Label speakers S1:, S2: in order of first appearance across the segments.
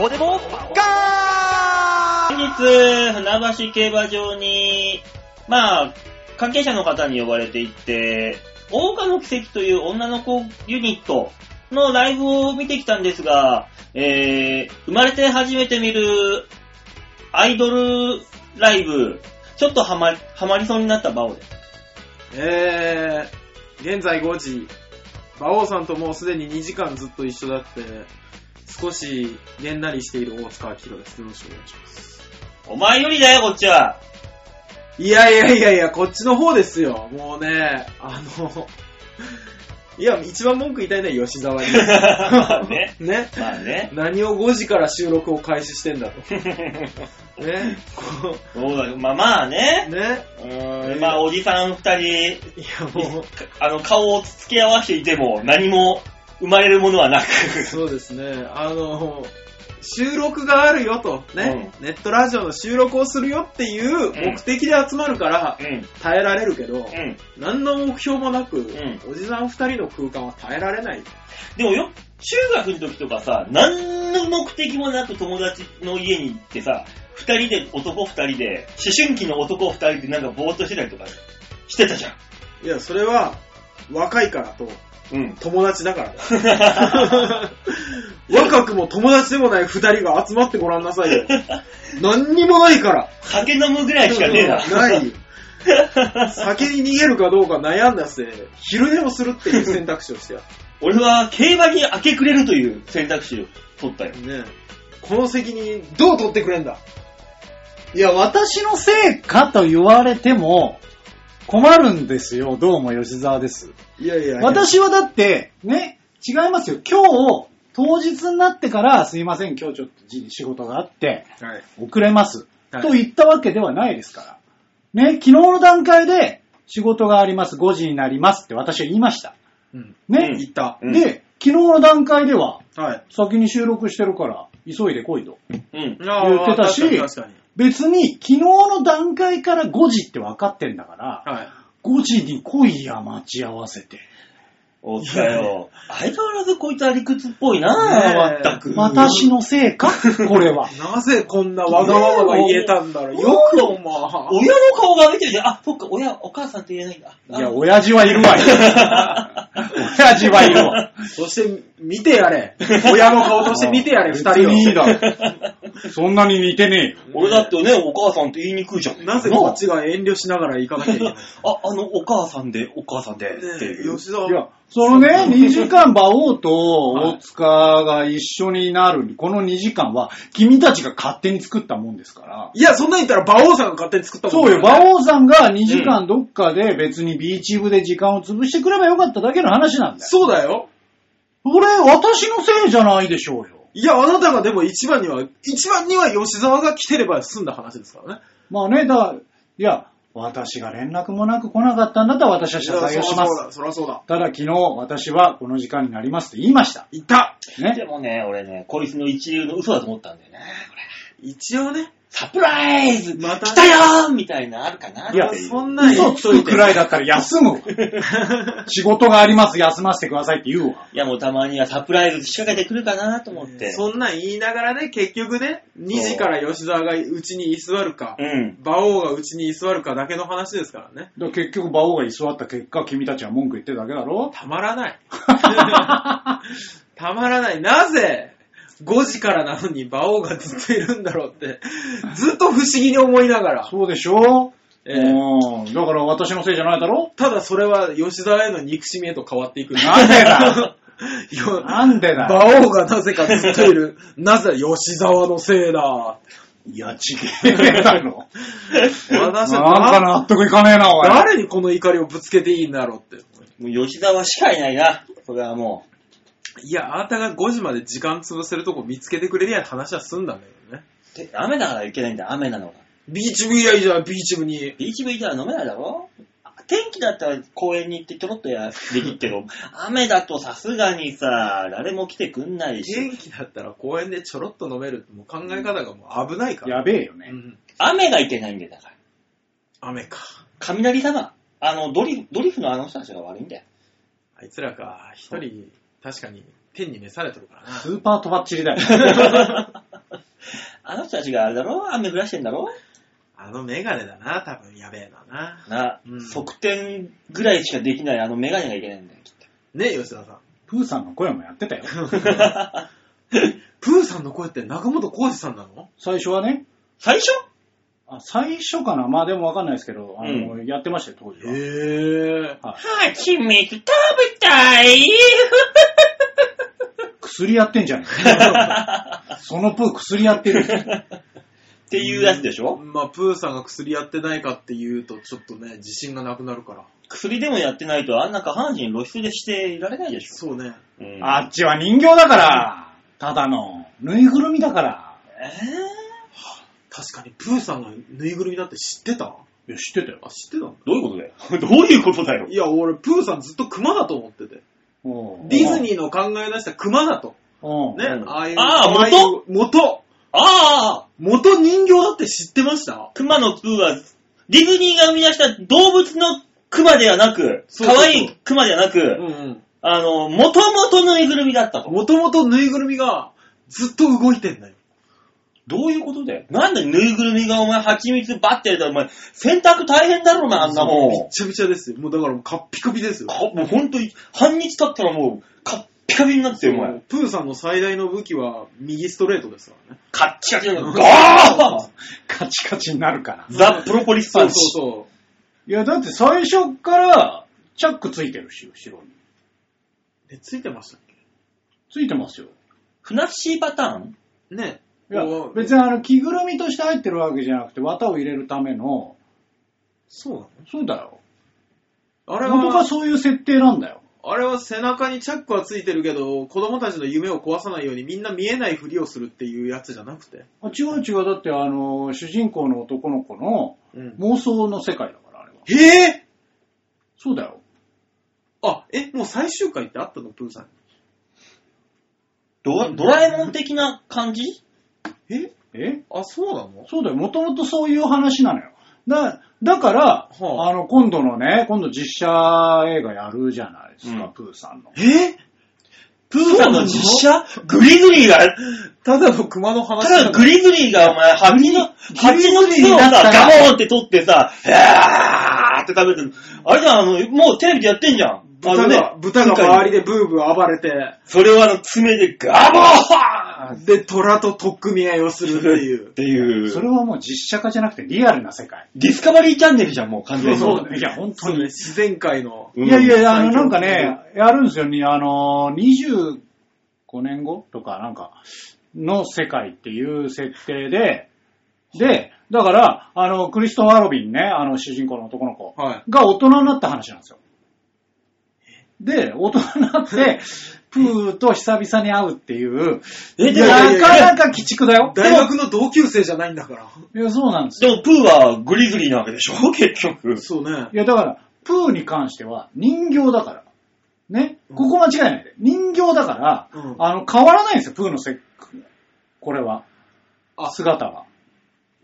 S1: こでもガ
S2: 先日、船橋競馬場に、まあ、関係者の方に呼ばれていって、大岡の奇跡という女の子ユニットのライブを見てきたんですが、えー、生まれて初めて見るアイドルライブ、ちょっとハマ、ハマりそうになった場をです。
S3: えー、現在5時、馬王さんともうすでに2時間ずっと一緒だって、少しげんなりしている大塚明宏です。よろしくお願いします。
S2: お前よりだよ、こっちは。
S3: いやいやいやいや、こっちの方ですよ。もうね、あの、いや、一番文句言いたいのは吉沢に。
S2: ね。
S3: ね。
S2: まあね。
S3: 何を5時から収録を開始してんだと。ね。こ
S2: そうだよまあまあね
S3: う。ね。
S2: うーん、まあおじさん二人、
S3: いや、もう。
S2: あの、顔を付け合わせていても、何も生まれるものはなく。
S3: そうですね、あの、収録があるよと、ね、ネットラジオの収録をするよっていう目的で集まるから
S2: うん、うん、
S3: 耐えられるけど、何の目標もなく、
S2: ん
S3: おじさん二人の空間は耐えられない。
S2: でもよ、中学の時とかさ、何の目的もなく友達の家に行ってさ、二人で男二人で、思春期の男二人でなんかぼーっとしてたりとかしてたじゃん。
S3: いや、それは、若いからと、
S2: うん。
S3: 友達だから だ。若くも友達でもない二人が集まってごらんなさい よ。何にもないから。
S2: 酒飲むぐらいしかねえな。
S3: ないよ。酒に逃げるかどうか悩んだせ、昼寝をするっていう選択肢をしてやっ
S2: 俺は競馬に明け暮れるという選択肢を取ったよ。
S3: ねえこの責任、どう取ってくれんだ
S1: いや、私のせいかと言われても、困るんですよ。どうも吉沢です。
S3: いやいや
S1: 私はだって、ね、違いますよ。今日、当日になってから、すいません、今日ちょっと仕事があって、
S3: はい。
S1: 遅れます、
S3: はい
S1: と言ったわけではないですから。ね、昨日の段階で、仕事があります、5時になりますって私は言いました。
S3: うん。
S1: ね。
S3: 言った。
S2: うん
S1: で、昨日の段階では、
S3: はい。
S1: 先に収録してるから、急いで来いと。
S2: うん。
S1: 言ってたし
S3: 確かに確かに。
S1: 別に、昨日の段階から5時って分かってんだから、
S3: はい。
S1: 5時に来いや、待ち合わせて。
S2: おったよ。相変わらずこいつは理屈っぽいな
S3: ねえ
S2: ぁ、全く。
S1: 私のせいか、これ は。
S3: なぜこんなわがままが言えたんだろう。
S2: ねえ
S3: よくお前。
S2: 親の顔が見てるじゃん。あ、そっか、親、お母さんって言えないんだ。
S1: いや、親父はいるわよ。親父はいるわ。
S3: そして、見てや れ。親の顔として見てやれ、二
S1: 別
S3: 人を。
S1: にいいだろ。そんなに似てねえよ。
S2: 俺だってね、お母さんって言いにくいじゃん。
S3: なぜこっちが遠慮しながら行かなきゃいけないの
S2: あ、あの、お母さんで、お母さんで、って
S3: ねえ
S2: いう。
S3: 吉沢
S1: いや、そのね、2時間馬王と大塚が一緒になる、この2時間は、君たちが勝手に作ったもんですから。
S3: いや、そんなん言ったら馬王さんが勝手に作ったもん
S1: そうよ、馬王さんが2時間どっかで別にビーチ部で時間を潰してくればよかっただけの話なんだよ。
S3: そうだよ。
S1: これ、私のせいじゃないでしょうよ。
S3: いや、あなたがでも一番には、一番には吉沢が来てれば済んだ話ですからね。
S1: まあね、だから、いや、私が連絡もなく来なかったんだったら私は謝罪をします。
S3: そりゃそうだ。
S1: ただ昨日、私はこの時間になりますって言いました。
S3: いた
S2: で
S1: ね。
S2: もね、俺ね、こいつの一流の嘘だと思ったんだよね。これ
S3: 一応ね。
S2: サプライズ
S3: また
S2: 来たよーみたいな、あるかなっ
S1: いや
S2: ていう
S3: そんなに
S1: 嘘つくくらいだったら休むわ。仕事があります、休ませてくださいって言うわ。
S2: いや、もうたまにはサプライズ仕掛けてくるかなと思って。
S3: そんなん言いながらね、結居ね、2時から吉沢がうちに居座るか
S2: う、ん。
S3: 馬王がうちに居座るかだけの話ですからね。
S1: だから結局、馬王が居座った結果、君たちは文句言ってるだけだろ
S3: たまら ない。たまらない。なぜ、5時からなのに馬王がずっといるんだろうって、ずっと不思議に思いながら。
S1: そうでしょ、
S3: ええ
S1: うん。だから私のせいじゃないだろ
S3: ただそれは吉沢への憎しみへと変わっていく。
S1: なんでだ
S3: よ
S1: なんでだ
S3: 馬王がなぜかずっといる。なぜ吉沢のせい だ。
S1: いや、ちげえだろ。なん
S3: 私
S1: か
S3: は
S1: 納得いかねえな、おい。
S3: 誰にこの怒りをぶつけていいんだろうって。
S2: もう吉沢しかいないな。それはも
S3: いや、あなたが5時まで時間潰せるとこ見つけてくれりゃ話は済んだんだけどね。
S2: う。て雨だからいけないんだ、雨なのが。
S3: ビーチ部以来じゃん、ビーチ部に。
S2: ビーチ部行ったら飲めないだろ天気だったら公園に行ってちょろっとやできるけど、雨だとさすがにさ、誰も来てくんないし、
S3: 元気だったら公園でちょろっと飲めるってもう考え方がもう危ないから。
S1: やべえよ
S3: う
S1: ね。
S3: ん、
S2: 雨がいけないんだよ、だから。
S3: 雨か。
S2: 雷様、あの、ドリフ、ドリフのあの人たちが悪いんだよ。
S3: あいつらか、一人、確かに天に召されてるからな。
S1: スーパーとばっちりだよ。
S2: あの人たちがあれだろ雨降らしてんだろ
S3: あのメガネだな、多分やべえなな。
S2: な、
S3: うん
S2: 側転ぐらいしかできないあのメガネがいけないんだよ、きっと。
S3: ねえ、吉田さん。
S1: プーさんの声もやってたよ。
S3: プーさんの声って中本浩二さんなの
S1: 最初はね、
S2: 最初
S1: あ最初かなまあでもわかんないですけど、あの、やってましたよ、当時は。
S3: え。
S2: 蜂蜜食べた い
S1: 薬やってんじゃん。 そのプー薬やってる。
S2: っていうやつでしょ、
S3: まあ、プーさんが薬やってないかっていうと、ちょっとね、自信がなくなるから。
S2: 薬でもやってないとあんな下半身露出でしていられないでしょ、
S3: そうね。
S2: うん
S1: あっちは人形だから。ただの、ぬいぐるみだから。
S2: え
S3: 確かに、プーさんがぬいぐるみだって知ってた
S1: いや、知ってたよ。
S3: あ、知ってたんだ。
S2: どういうことだよ どういうことだよ
S3: いや、俺、プーさんずっと熊だと思ってて。ディズニーの考え出した熊だと。
S1: ー
S3: ね
S2: う、ん
S3: ああいう。
S2: あー
S3: 可愛い元
S2: ああ
S3: 元人形だって知ってました
S2: 熊のプーは、ディズニーが生み出した動物の熊ではなく、
S3: そうそうそう
S2: 可愛い熊ではなく、
S3: うんうん。
S2: あの、元々ぬいぐるみだったと。
S3: もともとぬいぐるみがずっと動いてんだよ。
S2: どういうことだよ。なんでぬいぐるみがお前蜂蜜ばってるとお前、洗濯大変だろうな、あんなもん。
S3: びっちゃびちゃですよ。もうだからもうカッピカピですよ。
S2: かもうほんとに、半日経ったらもう、カッピカピになってて、お前。
S3: プーさんの最大の武器は右ストレートですからね。
S2: カッチカチなの。ゴー
S1: カチカチになるから。
S2: ザ・プロポリス
S3: そ
S2: パ
S3: う
S2: ンチ。
S3: そうそう。
S1: いや、だって最初から、チャックついてるし、後ろに。
S3: え、ついてましたっ
S1: ついてますよ。
S2: ふなっしーパターン
S3: けね。
S1: いや
S3: こ、う
S1: 別にあの、着ぐるみとして入ってるわけじゃなくて、綿を入れるための、
S3: そうなの
S1: そうだよ。
S3: あれ
S1: 元が
S3: は、
S1: そういう設定なんだよ。
S3: あれは背中にチャックはついてるけど、子供たちの夢を壊さないようにみんな見えないふりをするっていうやつじゃなくて。
S1: あ違う違う、だってあの、主人公の男の子の
S3: うん。
S1: 妄想の世界だから、あれは。
S3: へえ
S1: そうだよ。
S3: あ、え、もう最終回ってあったのプーさん。
S2: ドドラえもん的な感じ
S3: え
S1: え
S3: あ、そうなの
S1: そうだよ。もともとそういう話なのよ。だ、だから、
S3: はあ
S1: あの、今度のね、今度実写映画やるじゃないですか、
S2: うん
S1: プーさんの。
S3: え
S2: プーさんの実写グリグリが、
S3: ただの熊の話
S2: ただ
S3: だ
S2: グリグリがお前、蜂の、蜂の
S1: グリグリ
S2: 巣
S1: に
S2: を
S1: な
S2: さ、
S1: ったら
S2: ガモンって取ってさ、へーって食べてる。あれじゃん、あの、もうテレビでやってんじゃん。あの
S3: 豚が、豚が周り
S2: で。
S3: でブーブー暴れて、
S2: それをあの、爪でガモーンっ
S3: で、虎と取っ組み合いをするっていう。
S2: ていう。
S1: それはもう実写化じゃなくてリアルな世界。
S2: ディスカバリーチャンネルじゃん、もう完全に。
S1: そうだね。いや、本当
S3: そう
S1: に
S3: ね、。自然界の。
S2: うん
S1: いやいや、あ
S3: 最
S1: の、な
S3: 強
S1: んかね、やるんですよね。あの、25年後とか、なんか、の世界っていう設定で、で、だから、あの、クリストファー・ロビンね、あの、主人公の男の子
S3: はい。
S1: が大人になった話なんですよ。で、大人にな って、プーと久々に会うっていう、
S2: え、で
S1: な
S2: も
S3: いやいやい、や
S1: かなか鬼畜だよ。
S3: 大学の同級生じゃないんだから。
S1: いや、そうなんです
S2: で
S1: よ。
S2: もプーはグリグリなわけでしょ、 結局。
S3: そうね。
S1: いや、だから、プーに関しては人形だから。ね。
S3: うん
S1: ここ間違いないで。人形だから、
S3: うん
S1: あの、変わらないんですよ、プーのせこれは。
S3: あ
S1: 姿は。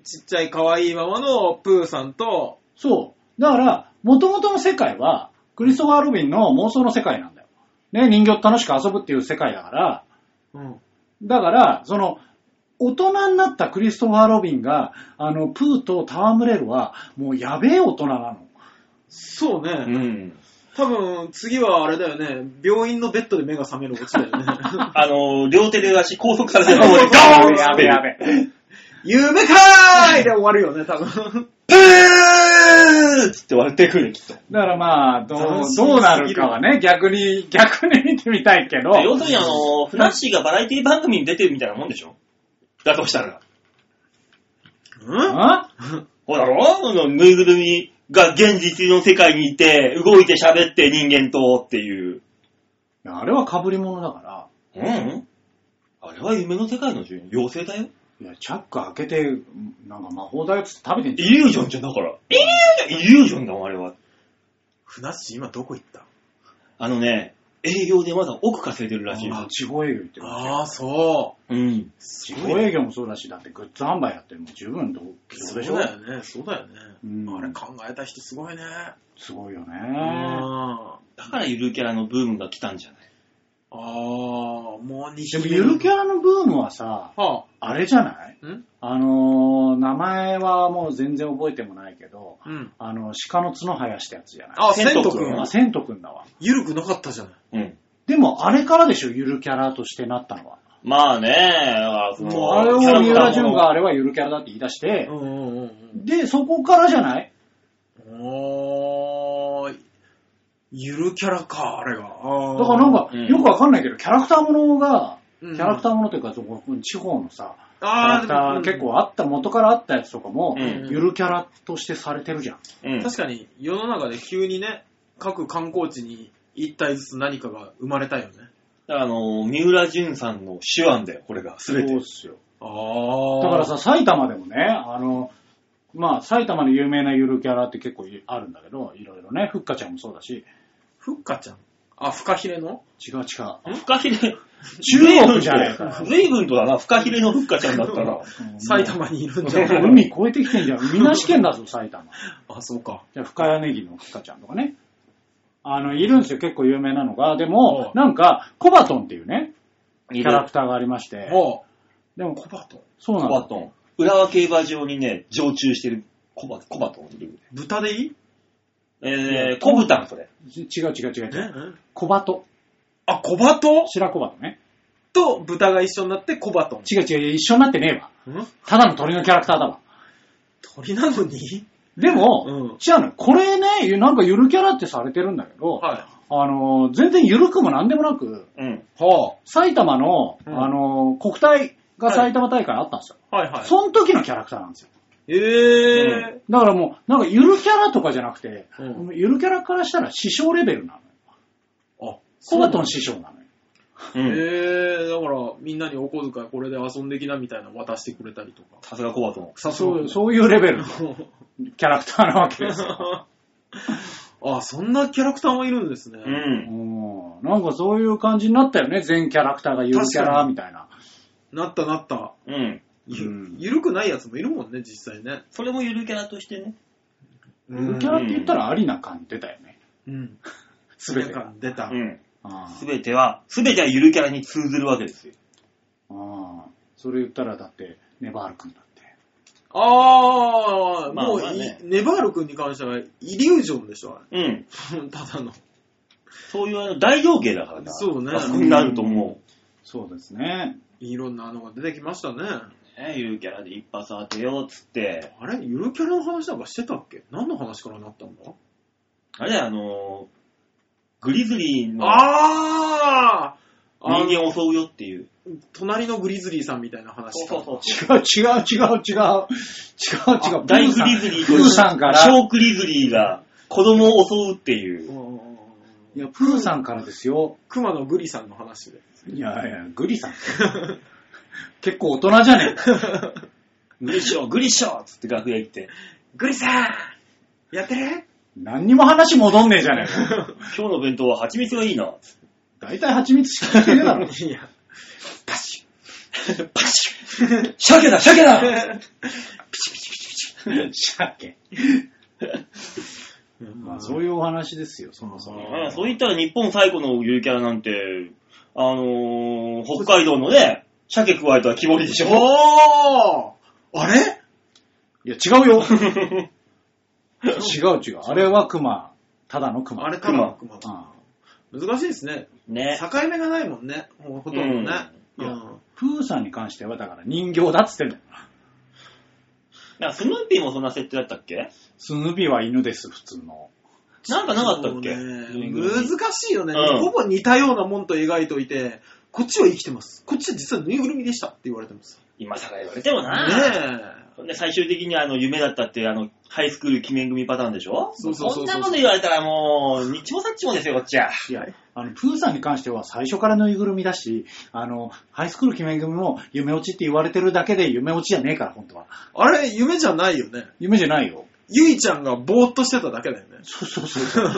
S3: ちっちゃい可愛いままのプーさんと、
S1: そう。だから、元々の世界は、クリストファー・ロビンの妄想の世界なんだよ。ね、人形と楽しく遊ぶっていう世界だから、
S3: うん。
S1: だから、その、大人になったクリストファー・ロビンが、あの、プーと戯れるは、もうやべえ大人なの。
S3: そうね。
S2: うん。
S3: 多分、次はあれだよね。病院のベッドで目が覚めるオチだよ ね。
S2: あの、両手で足拘束されてる方でガーンっつ
S1: や
S2: っ
S1: べ
S2: て
S1: えやべえ。
S3: 夢かーいで終わるよね、多分。
S2: プーっつって割れてくる、きっと。
S1: だからまあ、ど
S3: 斬
S1: う、
S3: 新
S1: どうなるかはね、逆に、逆に見てみたいけど、
S2: 要するにあの、フラッシーがバラエティ番組に出てるみたいなもんでしょだとしたら。
S3: うん
S1: あ
S2: ほらろそのぬいぐるみが現実の世界にいて、動いて喋って人間とっていう。
S1: あれは被り物だか
S2: うんあれは夢の世界の妖精だよ。
S1: ら、いや、チャック開けて、なんか魔法だよっつって食べてん
S2: イ
S1: じ
S2: リュージョンじゃん、だから。イリュージョンイリュージョンだもん、あれは。
S3: ふなっしー今どこ行った
S2: あのね、営業でまだ奥稼いでるらしい
S1: ゃん。あ
S2: よ。
S1: 地方営業行ってる。
S3: ああ、そ
S2: うん。
S3: う。す
S1: 地方営業もそうだし、だってグッズ販売やってるのも十分どう
S3: そ
S1: で
S3: う
S1: しょ
S3: だよね、そうだよね。
S1: うん
S3: あれ考えた人すごいね。
S1: すごいよね。
S3: うん。あ
S2: だからゆるキャラのブームが来たんじゃない
S3: あー。もう2
S1: で
S3: 匹
S1: も、
S3: 目。
S1: ゆるキャラのブームはさ、
S3: は
S1: あれじゃない
S3: あ。ん
S1: あのー、名前はもう全然覚えてもないけど、
S3: うん。
S1: あの、鹿の角生やしたやつじゃない
S3: あ、
S2: 千
S3: 千
S2: と
S3: と
S2: 君
S3: くん
S1: あ、。セントくんだわ。
S3: ゆるくなかったじゃない。
S2: うん。
S1: でも、あれからでしょ、ゆるキャラとしてなったのは。
S2: まあね、あそ
S3: もう
S2: の
S1: あれを
S2: キャラクターも
S1: 三浦淳があれはゆるキャラだって言い出して、
S3: んうんうん
S1: で、そこからじゃない
S3: うん。おー、ゆるキャラか、あれが。だ
S1: だからなんか、
S2: うん
S1: よくわかんないけど、キャラクターものが、
S3: キ
S1: キャラクタ
S3: ー、
S1: ーものというか、そこ地方のさ、キャ
S3: あ
S1: ラ
S3: ー
S1: ク
S3: で
S1: タ
S3: もう
S1: ー
S3: ん
S1: 結構あった、元からあったやつとかも、
S2: うん
S1: ゆるキャラとしてされてるじゃん。
S2: うん。
S3: 確かに世の中で急にね、各観光地に一体ずつ何かが生まれたよね。
S2: あの、三浦淳さんの手腕だよ、これが、すべ
S1: そ
S2: て
S1: うっ。すよ。
S3: あ
S1: だから、さ、埼玉でもね、あの、まあ、埼玉の有名なゆるキャラって結構いあるんだけど、いろいろね、ふっかちゃんもそうだし、
S3: ふっかちゃん。あ、フカヒレの
S1: 違う違う。中
S2: フカヒレ、
S1: 国じゃないかな。
S2: 随分とだな、フカヒレのフッカちゃんだったら。
S1: うん
S3: 埼玉にいるんじゃな
S1: もう
S3: い
S1: 海越えてきてんじゃん。みなし県だぞ、埼玉。
S3: あ、そうか。
S1: じゃあ、深谷ネギのふかちゃんとかね。あの、いるんですよ、結構有名なのが。でも、
S3: おう
S1: なんか、コバトンっていうね、キ
S2: い
S1: ャラ
S2: る
S1: クターがありまして。
S3: お
S1: でも、
S3: コバトン。
S1: そうな
S2: コ
S1: の
S2: バトン。浦和競馬場にね、常駐してるコバコバトンいる。
S3: 豚でいい
S2: えー、コブタン、それ。
S1: 違う違う違う違う。
S3: え
S1: コバト。
S3: あ、コバトン
S1: 白コバトね。
S3: と豚が一緒になってコバト
S1: 違う違う、一緒になってねえわ。
S3: ン。ん
S1: ただの鳥のキャラクターだわ。
S3: 鳥なのに
S1: でも、
S3: うん
S1: 違うの。これね、ゆなんかゆるキャラってされてるんだけど、
S3: は
S1: あのー、全然ゆるくもなんでもなく、
S2: うん。
S3: い。は
S1: 埼玉の、
S3: うん
S1: あのー、国体が埼玉大会あったんですよ。
S3: あ。はいはい。
S1: その時のキャラクターなんですよ。
S3: えー。
S1: だからもう、なんかゆるキャラとかじゃなくて、
S3: うん
S1: ゆるキャラからしたら師匠レベルなのよ。
S3: あ、
S1: コバトン
S3: し。
S1: 師匠なのよ。
S2: う
S3: え
S2: ん。
S3: ー、だからみんなにお小遣いこれで遊んできなみたいなの渡してくれたりとか。
S2: さすがコバトン。
S3: さ
S1: そうそういうレベルの キャラクターなわけですよ。
S3: あ、そんなキャラクターもいるんですね。
S2: う。
S1: うんんなんかそういう感じになったよね。全キャラクターがゆるキャ
S3: 確か
S1: ラ
S3: に
S1: みたいな。
S3: なったなった。
S2: うん。
S3: ゆ,、
S1: うん
S3: ゆるくないやつもいるもんね、実際ね。
S2: それもゆるキャラとしてね。
S3: う
S1: ゆる
S3: ん
S1: キャラって言ったらありな感じ出たよね。
S3: うん。
S1: すべて
S3: なん
S1: が
S3: か。出た。
S2: うん。
S1: あ
S2: すべては、すべてはゆるキャラに通ずるわけですよ。
S1: あそれ言ったらだって、ネバール君だって。
S3: あー、
S2: まあ
S3: もうい、
S2: まあね
S3: ネバール君に関しては、イリュージョンでしょ、あ
S2: うん。
S3: れ ただの。
S2: そういうあの、大道芸だからな。
S3: そうね
S2: あそこになると思
S1: そうですね。
S3: いろんなのが出てきましたね。
S2: う。ね、ゆるキャラで一発当てようっつって。
S3: あれゆるキャラの話なんかしてたっけ何の話からなったんだ
S2: あれだよ、あのー、グリズリーの
S3: あーあの
S2: 人間を襲うよっていう。
S3: 隣のグリズリーさんみたいな話か。
S2: そう
S1: 違う違う違う違う。違う違う。
S2: 大
S1: プ
S2: グリ
S1: ーさん
S2: ズリー
S1: プーさん
S2: と
S1: から
S2: 小グリズリーが子供を襲うっていうう。
S3: んうんうんうん
S1: いや、プーさんからですよ。
S3: 熊のグリさんの話で。
S1: いやいや、グリさん。結構大人じゃねえか。
S2: グリッショー、グリッショーっつって楽屋行って、
S3: グリさんやってる
S1: 何にも話戻んねえじゃねえか。
S2: 今日の弁当は蜂蜜がいいなっつっ
S1: 大体蜂蜜しか聞いてね えだろ。
S3: いや、
S2: て。パシュパシュ鮭だ、鮭だ
S1: 鮭。まあ、そういうお話ですよ、そもそも。
S2: うんそういったら日本最古のゆるキャラなんて、あのー、北海道のね、鮭加えたら木彫りでしょ
S3: おーあれ
S1: いや、違うよ。違う違う。あれは熊。ただの熊。
S3: あれ、多分熊だ
S1: ああ
S3: 難しいですね。
S2: ね。
S3: 境目がないもんね。ほほとんどね。
S1: う
S3: うんん。
S1: プーさんに関しては、だから人形だっつってんの。
S2: なんかスヌーピーもそんな設定だったっけ
S1: スヌビは犬です、普通の。
S2: なんかなかったっけ、
S3: そうね
S2: ぬいぐるみ
S3: 難しいよね、
S2: うん
S3: ほぼ似たようなもんと描いといて、こっちは生きてます。こっちは実はぬいぐるみでしたって言われてます。
S2: 今更言われてもな。
S3: ねえ。
S2: で最終的にあの夢だったってあのハイスクール記念組パターンでしょ
S3: そうそうそ
S2: こん
S3: うそう
S2: なこと言われたらもう日もさっちもですよこっち はい
S1: や、あの、プーさんに関しては最初からぬいぐるみだし、あの、ハイスクール決め組も夢落ちって言われてるだけで夢落ちじゃねえから、本当は。
S3: あれ、夢じゃないよね。
S1: 夢じゃないよ。
S3: ゆいちゃんがぼーっとしてただけだよね。
S1: そうそうそう。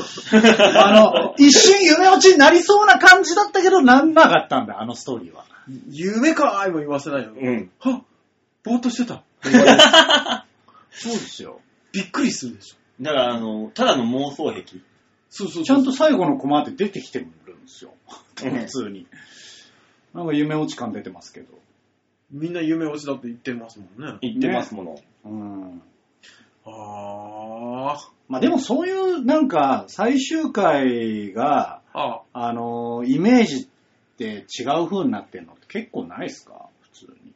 S1: あの、一瞬夢落ちになりそうな感じだったけど、なんなかったんだ、あのストーリーは。
S3: 夢かーいも言わせないよね。
S2: うん
S3: はっぼーっとし てた。
S1: そうですよ。
S3: びっくりするでしょ。
S2: だからあのただの妄想癖
S3: そうそう
S1: ちゃんと最後のコマって出てきてるんですよ。
S2: うん
S1: 普通に。なんか夢落ち感出てますけど。
S3: みんな夢落ちだって言ってますもんね。
S2: 言ってますもの。
S1: うん。
S3: あー。
S1: まあでもそういうなんか最終回が、
S3: あ
S1: あのーイメージって違う風になってんのって結構ないですか普通に。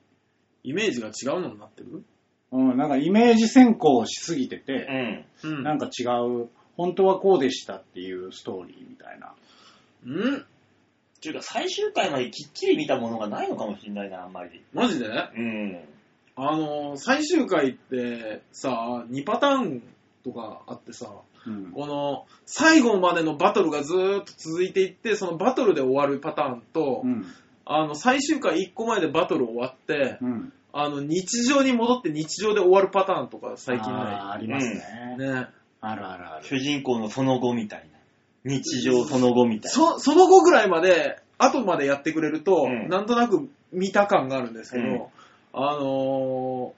S3: イメージが違うのになってる
S1: うん、なんかイメージ先行しすぎてて、
S2: うん。
S3: うん
S1: なんか違う、本当はこうでしたっていうストーリーみたいな。
S3: うん
S2: というか、最終回まできっちり見たものがないのかもしれないな、あんまり。
S3: マジで
S2: うん。
S3: あのー、最終回ってさ、2パターンとかあってさ、
S1: うん。
S3: この最後までのバトルがずーっと続いていって、そのバトルで終わるパターンと、
S1: うん。
S3: あの、最終回1個前でバトル終わって、
S1: うん。
S3: あの、日常に戻って日常で終わるパターンとか最近
S1: あー
S3: な
S1: ありますね
S3: い。。ね。
S1: あるあるある。
S2: 主人公のその後みたいな。日常その後みたいな。
S3: そ、その後ぐらいまで、後までやってくれると、
S2: うん
S3: なんとなく見た感があるんですけど、
S2: うん
S3: あの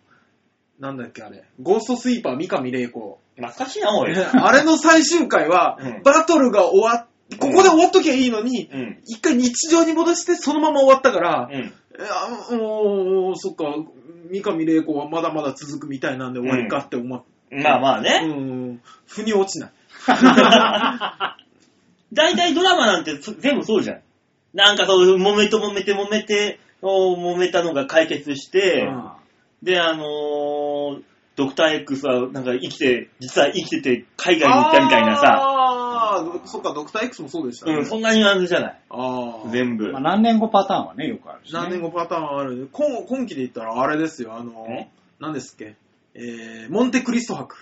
S3: ー、なんだっけあれ、ゴーストスイーパー三上玲子。
S2: 懐かしいな、おい。
S3: あれの最終回は、
S2: うん
S3: バトルが終わっ、ここで終わっときゃいいのに、
S2: うん。
S3: 一回日常に戻してそのまま終わったから、
S2: うん。
S3: えあもう、そっか、三上玲子はまだまだ続くみたいなんで終わりかって思っ
S2: まあまあ
S3: た。う
S2: ね。
S3: ん、腑に落ちない。
S2: 大体ドラマなんてつ全部そうじゃん。なんかそう、揉めと揉めて揉めて、お揉めたのが解決して、
S3: うん
S2: で、あのードクター X はなんか生きて、実は生きてて海外に行ったみたいなさ、
S3: あー、そっか、ドクター X もそうでしたね。
S2: うん、そんなニュアンスじゃない。
S3: あー
S2: 全部
S1: まあ、。何年後パターンはね、よくあるし、ね。
S3: 何年後パターンある今今期で言ったらあれですよ、あの
S2: え、
S3: 何ですっけ、えー、モンテクリスト博、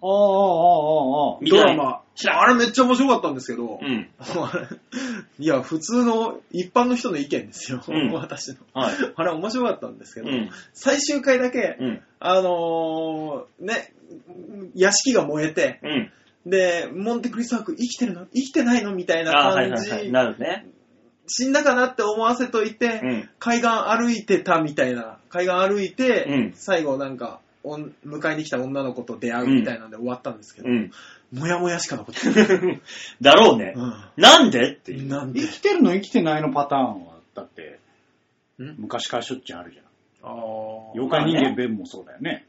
S1: おーおーおーおーおー
S2: 見
S3: ド
S2: たい
S3: ラマ。
S2: 知らん
S3: あれめっちゃ面白かったんですけど、
S2: うん。
S3: あれ いや、普通の一般の人の意見ですよ、
S2: うん
S3: 私の。
S2: はい。
S3: あれ面白かったんですけ
S2: う
S3: ど、
S2: ん。
S3: 最終回だけ、
S2: うん。
S3: あのー、ね、屋敷が燃えて、
S2: うん。
S3: で、モンテクリスト博生きてるの生きてないのみたいな
S2: あーはい
S3: 感
S2: はい
S3: じ、
S2: はい。なるね。
S3: 死んだかなって思わせといて、
S2: うん。
S3: 海岸歩いてたみたいな、海岸歩いて、
S2: うん
S3: 最後なんか、おん迎えに来た女の子と出会うみたいなんで終わったんですけど、
S2: うん。
S3: もやもやしか残ってない。
S2: だろうね。
S3: う
S2: なんでってい
S3: ん、
S2: う。
S3: なんで
S1: 生きてるの生きてないのパターンは、だって、
S3: ん
S1: 昔からしょっちゅうあるじゃん。
S3: あー
S1: 妖怪人間弁もそうだよ ね。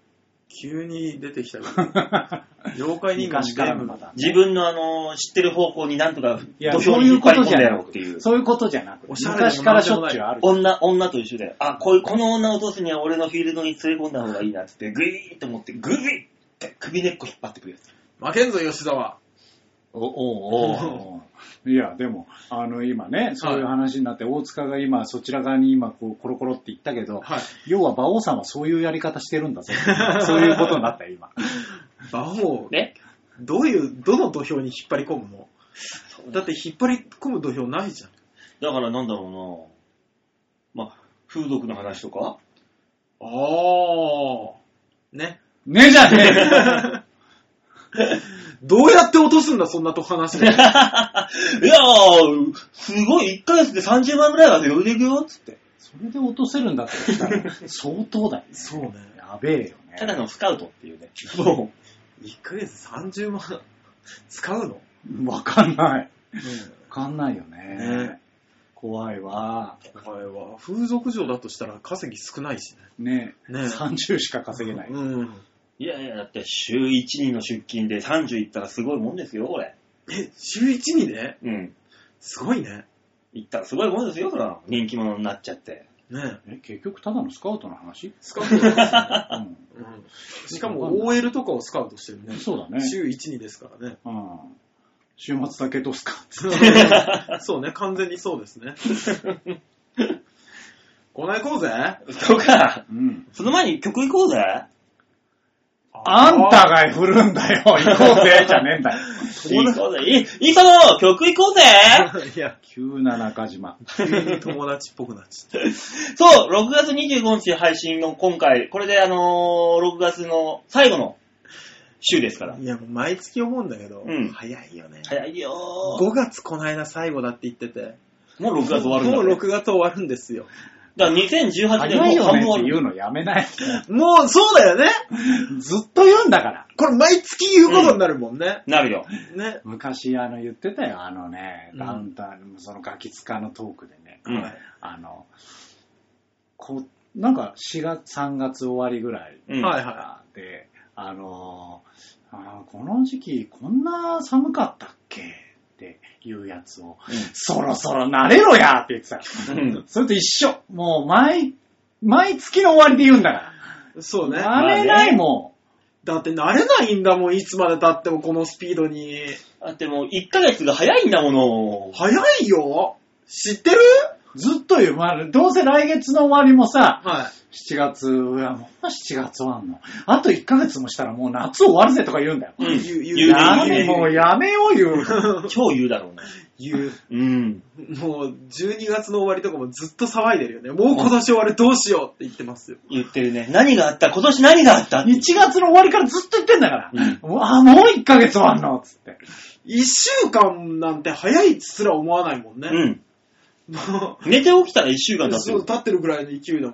S3: 急に出てきたけ ど妖怪人間
S1: 昔からのパターン。
S2: 自分のあの、知ってる方向になんとか
S1: いや、
S2: 土
S1: そ
S2: 俵
S1: う
S2: に
S1: い
S2: 引っ
S1: うこ
S2: 張り
S1: と
S2: 込ん
S1: じゃ
S2: でや
S1: な
S2: ろう
S1: く
S2: って
S1: て
S2: いう。
S1: そういうことじゃなくて
S3: おしゃれでも
S1: 昔からしょっちゅうある。
S2: 女、女と一緒で、あ、こういう、この女を落とすには俺のフィールドに連れ込んだ方がいいなって言って、グイーって持って、グイーって首根っこ引っ張ってくるやつ。
S3: 負けんぞ、吉沢。
S1: おおお おいや、でも、あの、今ね、そういう話になって、大塚が今、そちら側に今、こう、コロコロって言ったけど、
S3: はい。
S1: 要は馬王さんはそういうやり方してるんだ ぞ。そういうことになったよ、今。
S3: 馬王、
S2: ね
S3: どういう、どの土俵に引っ張り込むのだって引っ張り込む土俵ないじゃん。
S2: だからなんだろうなまあ、風俗の話とか
S3: ああ。ね。
S1: ねえじゃね
S3: どうやって落とすんだ、そんなと話
S2: い
S3: が。
S2: やー、すごい、1ヶ月で30万ぐらいは余裕でいくよっつって。
S1: えそれで落とせるんだって言ったら、相当だよ。
S3: そうね。
S1: やべえよね。
S2: ただのスカウトっていうね。も
S3: 1ヶ月30万使うの、
S1: わかんない。わかんないよね
S3: ね。
S1: 怖いわ。
S3: お前は風俗嬢だとしたら稼ぎ少ないし
S1: ねえ、
S3: ねえ
S1: 30しか
S3: ね。
S1: 稼げない。
S3: うん。
S2: ういやいや、だって週1人の出勤で30いったらすごいもんですよ、これ。
S3: え、週1にね、
S2: うん。
S3: すごいね。
S2: いったらすごいもんですよ、そら。人気者になっちゃって。
S3: ね
S1: え、結局ただのスカウトの話
S3: スカウトですね、
S1: うん。
S3: うん。しかも OL とかをスカウトしてるね。
S1: そうだね。
S3: 週1にですから ね。
S1: うん。週末だけどうすか
S3: そうね、完全にそうですね。こないこうぜ。
S2: そうか。
S1: うん。
S2: その前に曲行こうぜ。
S1: あんたが振るんだよ、行こうぜ、じゃねえん だよ。
S2: 行こうぜ。いい、いいかも曲行こうぜ
S3: いや、
S1: 急な中島。
S3: 急に友達っぽくなっちゃっ
S2: そう、6月25日配信の今回、これであのー、6月の最後の週ですか
S3: た。
S2: ら。
S3: いや、もう毎月思うんだけど、
S2: うん
S3: 早いよね。
S2: 早いよ
S3: 5月この間最後だって言ってて。
S2: ー。もう6月終わるんだ、
S3: も
S2: ね。
S3: う6月終わるんですよ。
S2: だから2018年
S1: 早い
S2: もう半分
S1: よねっ
S2: 終わ
S1: て言
S2: る。
S1: うのやめない。
S3: もうそうだよね
S1: ずっと言うんだから。
S3: これ毎月言うことになるもんね。
S2: なるよ。
S3: ね。
S1: 昔、あの、言ってたよ、あのね、
S3: うん
S1: ダウンタウン、そのガキ使のトークでね、
S2: うん
S3: はい
S1: あの、こう、なんか4月、3月終わりぐらい
S2: うん。
S3: はい
S1: か
S3: は
S1: らで、あのーあーこの時期こんな寒かったっけっていうやつを、そろそろ慣れろやって言 ってた。
S2: うん
S1: それと一緒。もう毎、毎月の終わりで言うんだか
S3: い。そうね。
S1: ら。慣れないも
S3: だって慣れないんだもん、いつまで経ってもこのスピードに。
S2: だってもう1ヶ月が早いんだもの。
S3: 早いよ知ってる
S1: ん。ずっと言う。まあ、どうせ来月の終わりもさ、
S3: は
S1: 7月、いや、もう7月終わんの。あと1ヶ月もしたらもう夏終わるぜとか言うんだよ。
S2: うん。
S3: 言う
S2: 言う
S3: 言う
S2: 言う
S1: や
S2: 言う
S1: め、
S2: 言
S1: も
S2: う
S1: うやめよう言う。
S2: 超言うだろうね。
S3: い。言う。
S2: うん。
S3: もう、12月の終わりとかもずっと騒いでるよね。もう今年終わりどうしようって言ってますよ。
S2: 言ってるね。何があった今年何があった
S1: 1月の終わりからずっと言ってんだから。もうあ、もう1ヶ月終わんのつって。
S3: 1週間なんて早いっすら思わないもん
S2: う
S3: ね。
S2: ん。
S3: も
S2: 寝て起きたら1週間経
S3: う、
S2: って
S3: そう、
S2: る。
S3: 立ってるぐらいの勢い だもん。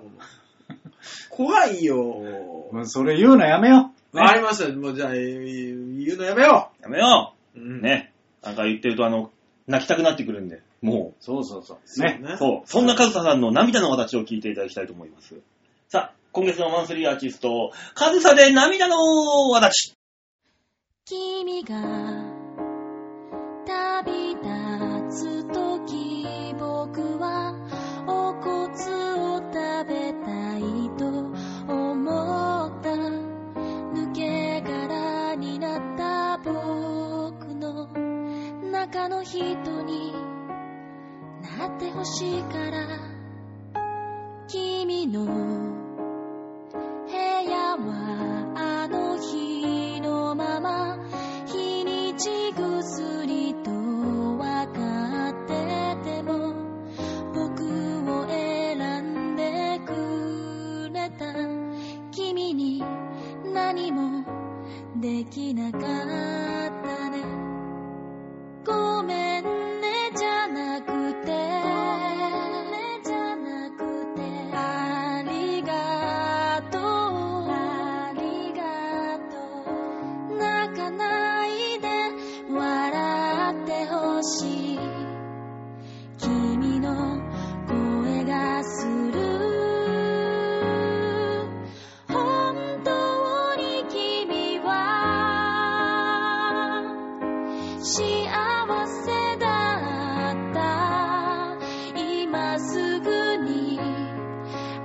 S3: 怖いよ。
S1: うんそれ言うのやめよう。ね
S3: わかりました。もうじゃあ、えー言うのやめよ
S2: やめよ
S3: う。
S2: う。ね。なんか言ってるとあの、泣きたくなってくるんで。も
S1: そうそうそう。
S3: そう
S1: ね。
S3: ね
S2: う。。そう。そんなカズサさんの涙の形を聞いていただきたいと思います。さあ、今月のマンスリーアーティスト、カズサで涙の形。
S4: 君が旅立つ時僕はお骨を食べたいと思った抜け殻になった僕の中の人になってほしいから君の部屋はあの日のまま日にちぐすりと分かってても僕を選んでくれた君に何もできなかったねごめんねじゃなくて、じゃなくて、ありがとう、ありがとう。泣かないで笑ってほしい。君の声がする。本当に君は幸せだった今すぐに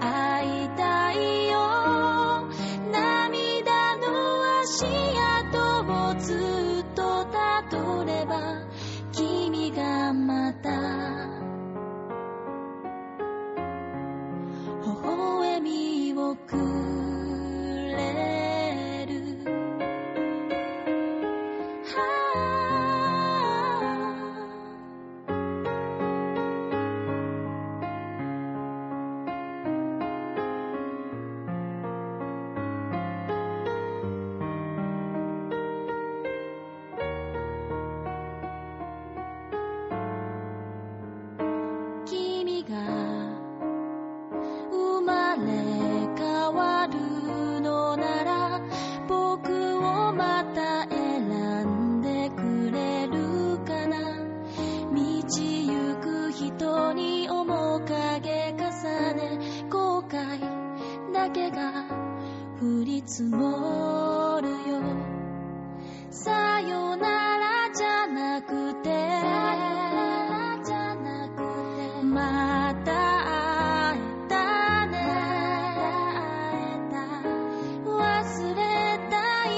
S4: 会いたいよ涙の足跡をずっとたどれば君がまた微笑みをくれる君が生まれ変わるのなら僕をまた選んでくれるかな道行く人に面影重ね後悔だけが降り積もるよさよならじゃなくてまた会えたね忘れたい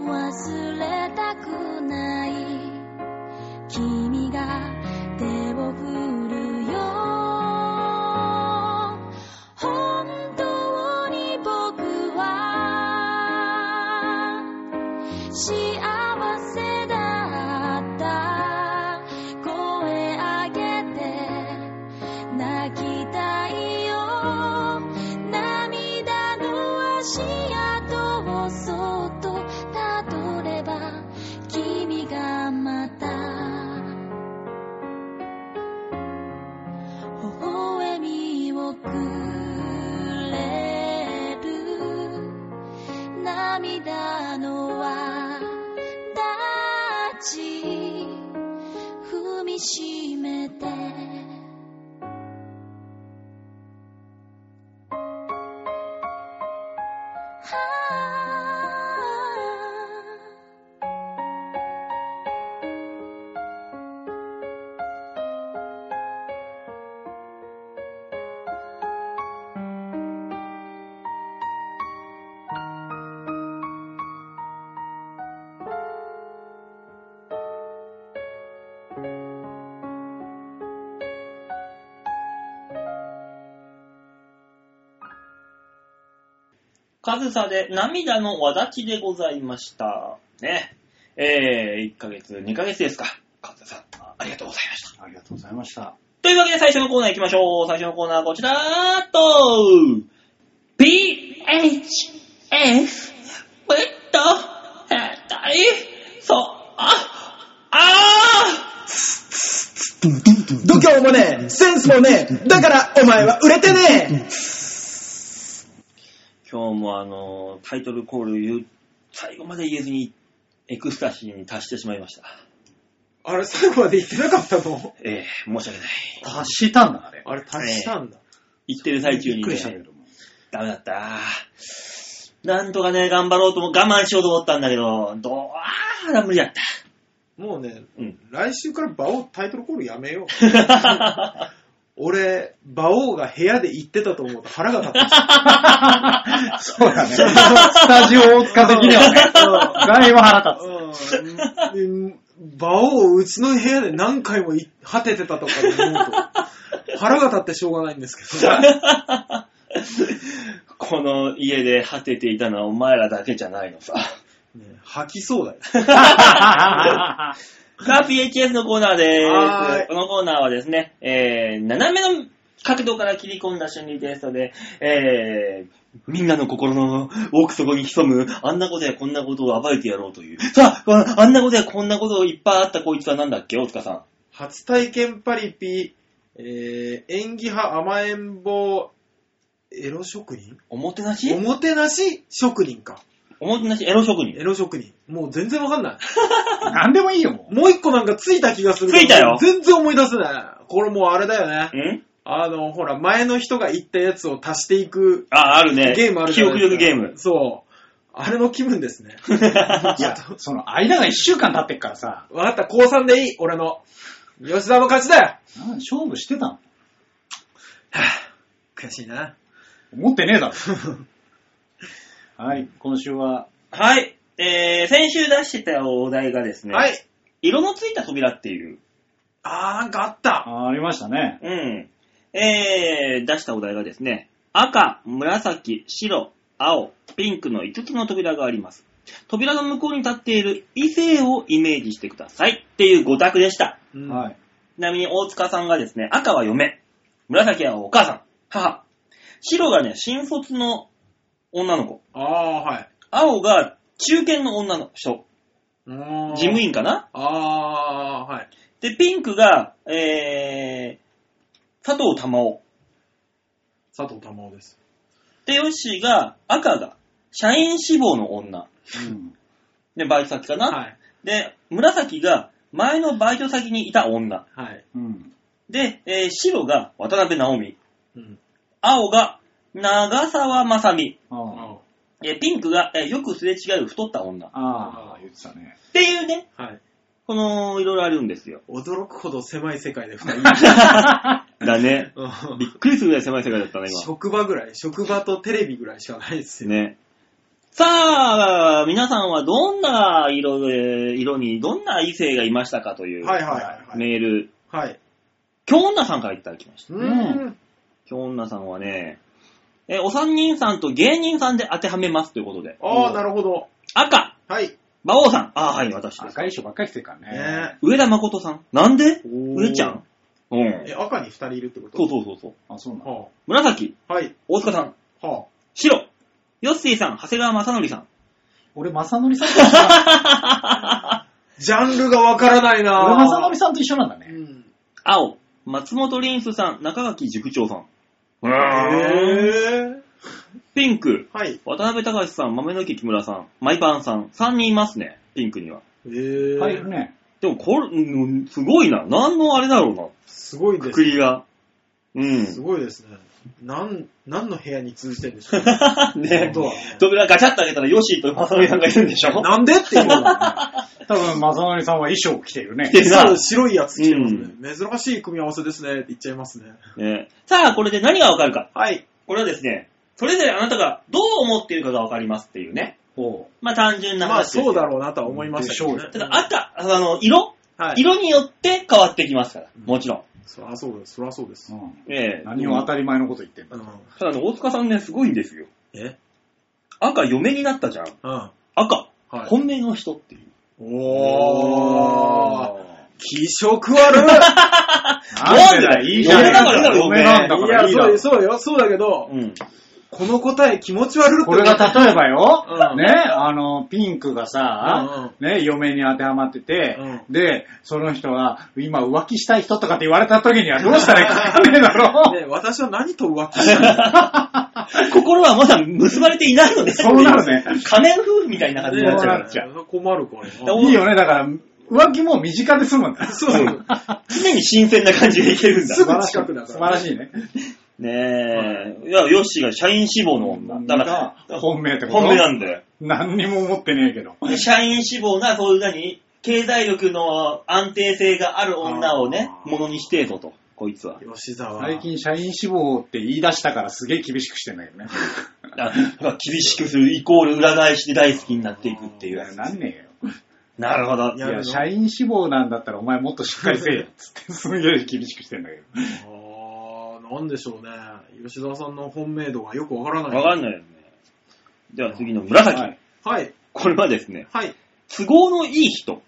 S4: 忘れたくない君が手を振るよ本当に僕は幸せだった声あげて泣きたいよ涙の足跡をそっとたどれば君がまた微笑みをくれる涙の輪たち踏みしめて
S2: カズサで涙のわだちでございました。ね。えー、1ヶ月、2ヶ月ですか。カズサ、ありがとうございました。
S1: ありがとうございました。
S2: というわけで最初のコーナー行きましょう。最初のコーナーはこちらーっと、PHS、ベッド、ヘッダイ、そう、あ、あ
S5: 度胸もねえ、センスもねえ、だからお前は売れてね
S2: ー今日もあの、タイトルコール言う、最後まで言えずに、エクスタシーに達してしまいました。
S3: あれ、最後まで言ってなかったの
S2: えー、申し訳ない。
S1: 足したんだ、あれ。
S3: あれ、達したんだ。
S2: 言ってる最中に、ね。
S1: びっくりしたけども。
S2: ダメだった。なんとかね、頑張ろうとも我慢しようと思ったんだけど、どう、あー、無理だった。
S3: もうね、
S2: うん。
S3: 来週から馬王タイトルコールやめよう。俺、馬王が部屋で言ってたと思うと腹が立ってきた。
S1: そうだね。 スタジオ大塚的にはね、だいぶ腹立つ。
S3: うん馬王、うちの部屋で何回もい果ててたとか思うと、腹が立ってしょうがないんですけ ど、
S2: この家で果てていたのはお前らだけじゃないのさ。
S3: ね吐きそうだよ。
S2: さあ、PHS のコーナーで
S3: は
S2: ー
S3: ー
S2: す。
S3: い
S2: このコーナーはですね、えー、斜めの角度から切り込んだ心理テストで、えー、みんなの心の奥底に潜む、あんなことやこんなことを暴いてやろうという。さあ、あんなことやこんなことをいっぱいあったこいつはなんだっけ大塚さん。
S3: 初体験パリピ、えー、演技派甘えん坊、エロ職人
S2: おもてなし
S3: おもてなし職人か。
S2: おもてなしエロ職人
S3: エ。ロ職人。もう全然わかんない。
S1: なんでもいいよ、もう。
S3: もう一個なんかついた気がするけど。
S2: ついたよ
S3: 全然思い出せない。これもうあれだよね。
S2: ん
S3: あの、ほら、前の人が言ったやつを足していく
S2: あ、あるね。
S3: ゲームある
S2: 記
S3: じゃな
S2: 憶
S3: いで
S2: 力
S3: すか
S2: ゲーム。
S3: そう。あれの気分ですね。
S1: いや、その間が一週間経ってっからさ、
S3: わかった、高3でいい、俺の。吉田の勝ちだよ。
S1: なんで勝負してたの
S3: 悔しいな。
S1: 思ってねえ だろ。はい、今週は、
S2: はい。えー、先週出してたお題がですね、
S3: はい。
S2: 色のついた扉っていう、
S3: あー、なんかあった。
S1: あありましたね。
S2: うん。えー、出したお題がですね、赤、紫、白、青、ピンクの5つの扉があります。扉の向こうに立っている異性をイメージしてくださいっていう5択でした。
S3: うん
S1: は。い。
S2: ちなみに大塚さんがですね、赤は嫁、紫はお母さん、母、白がね、新卒の女の子、
S3: あー、はい。
S2: 青が中堅の女の人、
S3: うーん
S2: 事務。員かな
S3: あー、はい。
S2: で、ピンクが、えー、佐藤珠緒。
S3: 佐藤珠緒です。
S2: で、ヨッシーが、赤が、社員志望の女。
S1: うん
S2: で、バイト先かな、
S3: はい。
S2: で、紫が、前のバイト先にいた女。
S3: はい。
S1: うん。
S2: で、えー白が、渡辺直美。
S3: うん。
S2: 青が、長澤まさみ。
S1: あ
S3: あ
S2: で、ピンクが、えーよくすれ違う太った女。っ
S1: あ、ああ言ってたね。
S2: ていうね、
S3: ーはい。
S2: この、いろいろあるんですよ。
S3: 驚くほど狭い世界で二 人。
S2: だね。
S3: うん
S2: びっくりするぐらい狭い世界だったな、今。
S3: 職場ぐらい、職場とテレビぐらいしかないですよ。
S2: ね。さあ、皆さんはどんな色で、色にどんな異性がいましたかという、
S3: はいはいはいはい。
S2: メール、
S3: はい。
S2: 京女さんからいただきました。
S3: う
S1: う
S3: ーん。
S2: 京女さんはね、え、お三人さんと芸人さんで当てはめますということで。
S3: あー、なるほど。
S2: 赤、
S3: はい。
S2: 馬王さん。ああ、はい、私です。
S1: 赤い人ばっかり来てるからね。
S3: ね
S2: 上田誠さん。なんで
S3: おー
S2: 上ちゃんうん
S3: え、。赤に二人いるってこと
S2: そうそうそうそう。
S1: あ、そうなの。
S3: は
S2: 紫、
S3: あ、はい。
S2: 大塚さん。
S3: は
S2: 白、ヨッシーさん、長谷川正則さん。
S1: 俺、正則さんと一緒なんだ。
S3: あ、ジャンルがわからないな
S1: 俺、正則さんと一緒なんだね。
S3: うん。
S2: 青、松本リンスさん、中垣塾長さん。
S3: へー。
S2: ピンク、
S3: はい。
S2: 渡辺隆さん、豆の木木村さん、マイパンさん、3人いますね、ピンクには。
S3: えー
S1: 入るね。
S2: でもこれ、うんすごいな。何のあれだろうな。
S3: すごい
S2: く
S3: で
S2: く
S3: す。
S2: りが。う
S3: す
S2: ん。
S3: ごいですね。なん、何の部屋に通じてんでしょう
S2: ね
S3: 本当は
S2: 扉ガチャッと開けたらヨシーとマサミさんがいるんでしょ
S3: なんでっていうのが
S1: 多分、正則さんは衣装着てるね
S2: 着。てるな
S3: そう、白いやつ着てますね、珍しい組み合わせですねって言っちゃいますね。
S2: ねさあ、これで何がわかるか。
S3: はい。
S2: これはですね、それぞれあなたがどう思っているかがわかりますっていうね。
S1: ほ
S2: まあ単純な
S3: まあ
S2: 話です
S3: そう
S2: よ。
S3: だろうなとは思いましたけど、ね。
S1: で
S2: ただ赤、あの、色
S3: はい
S2: 色によって変わってきますから、もちろん。
S3: そりゃそうです。そりゃそうです。
S1: うん
S2: ええ
S1: 何を当たり前のこと言ってんだ。
S3: うん。
S2: ただね、大塚さんね、すごいんですよ。
S3: え
S2: 赤嫁になったじゃん。
S3: うん。は
S2: 赤、
S3: い。
S2: 本命の人っていう。
S3: おー。気色悪い
S1: なんでだよ、いいじゃん。
S2: 嫁だから
S1: 嫁なんだか
S3: い
S1: ら
S3: や、
S1: いい
S3: そうよ
S1: だ
S3: そうよ、そうだけど、
S2: うん。
S3: この答え気持ち悪く
S1: これが例えばよ、
S3: うん
S1: ね、あの、ピンクがさ、ね、嫁に当てはまってて、で、その人が、今浮気したい人とかって言われた時にはどうしたらいいかわかんねえだろ。
S3: ね、私は何と浮気したの
S2: 心はまだ結ばれていないので
S1: そうなるね。
S2: 仮面夫婦みたいな感じになっちゃう。
S1: なっちゃう
S3: ね困るから
S2: だ
S1: いいよね、だから、浮気も身近で済むんだ。
S3: そうそう。
S2: 常に新鮮な感じでいけるんだ。
S3: すぐ近くだから
S1: 素晴らしいね。
S2: ねえ。いや、ヨッシーが社員志望の女。だから、
S1: 本命ってこと
S2: 本命なんだよ。
S1: 何にも思ってねえけど。
S2: で社員志望がそういう何経済力の安定性がある女をね、
S3: あー
S2: ものにしてえぞと、こいつは。
S3: 吉沢。
S1: 最近社員志望って言い出したからすげえ厳しくしてんだけど ね。
S2: あ厳しくするイコール裏返しで大好きになっていくって
S1: い
S2: いう
S1: や、
S2: やつ。
S1: なんねえよ。
S2: なるほど。
S3: い
S1: い
S3: やるの
S1: や、社員志望なんだったらお前もっとしっかりせえよ。つって、すげえ厳しくしてんだけど。
S3: あー、なんでしょうね。吉沢さんの本命度がよくわからない。
S2: わかんないよね。では次の紫。
S1: はい
S3: はい。
S2: これはですね、
S3: はい。
S2: 都合のいい人。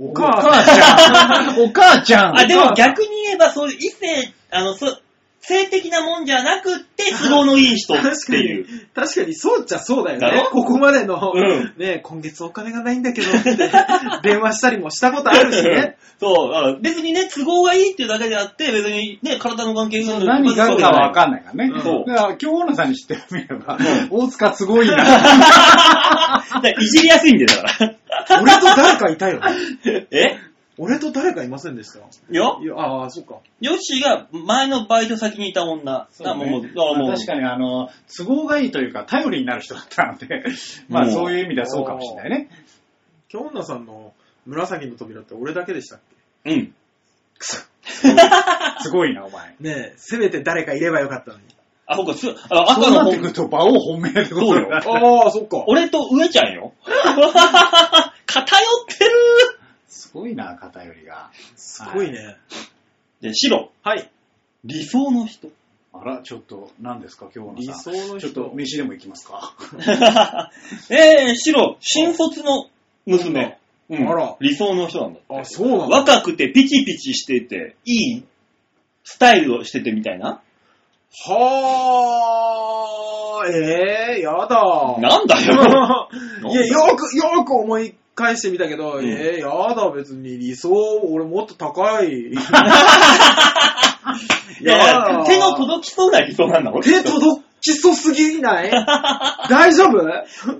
S3: お
S1: お
S3: 母
S1: 母ちゃ ん。お母ちゃん。
S2: あ、でも逆に言えば、そういう異性、あの、そう性的なもんじゃなくって、都合のいい人っ
S3: 確
S2: て
S3: か
S2: い
S3: に
S2: う。、
S3: 確かにそうっちゃそうだよ
S2: だ
S3: ね
S2: ろ。
S3: ここまでの、
S2: うん
S3: ね、今月お金がないんだけどって、 電話したりもしたことあるしね。
S2: そう、あの別にね、都合がいいっていうだけであって、別にね、体の関係が
S1: 何がかわかんないからね。
S3: うん
S2: そう
S1: だから、今日女さんに知ってみれば、大塚すごいな。
S2: んない。いじりやすいんで、だ から。
S3: 俺と誰かいたよね。
S2: え
S3: 俺と誰かいませんでした
S2: よ
S3: いや、ああ、そっか。
S2: ヨッシーが前のバイト先にいた女。だからもう、だからもう
S1: 確かに、あの、都合がいいというか、頼りになる人だったので、ま
S2: も
S1: あ、
S2: う
S1: そういう意味ではそうかもしれない ね。
S3: 京女さんの紫の扉って俺だけでしたっ
S2: うん。
S1: すごいな、お前。
S3: けねえ、せめて誰かいればよかったのに。
S2: あ、そうか、すあ
S1: そ
S2: 赤
S1: う
S2: の
S1: なって
S2: 本
S1: くると、馬王本命ってことだよな。
S3: ああ、そっか。
S2: 俺と上ちゃん よ。偏ってる
S1: すごいな、偏りが。
S3: すごいね。
S2: で、白。
S3: はい。
S2: 理想の人。
S1: あら、ちょっと、何ですか、今日
S3: 理
S1: のさ
S3: 想。の
S1: ちょっ
S3: 人
S1: と、。飯でも行きますか。
S2: えー、白。新卒の娘。うん
S3: あら
S2: 理想の人なんだ。
S3: あ、そうなんだ。
S2: 若くてピチピチしてて、いいスタイルをしててみたいな。
S3: はあ、ええー、やだ。
S2: なんだよ。
S3: いや、よく、よく思い返してみたけど、
S2: うん
S3: えー、やだ、別に理想、俺もっと高い。い
S2: いやい
S3: だ
S2: や手の届きそうな理想なんだ、俺。
S3: 手届きそうすぎない大丈夫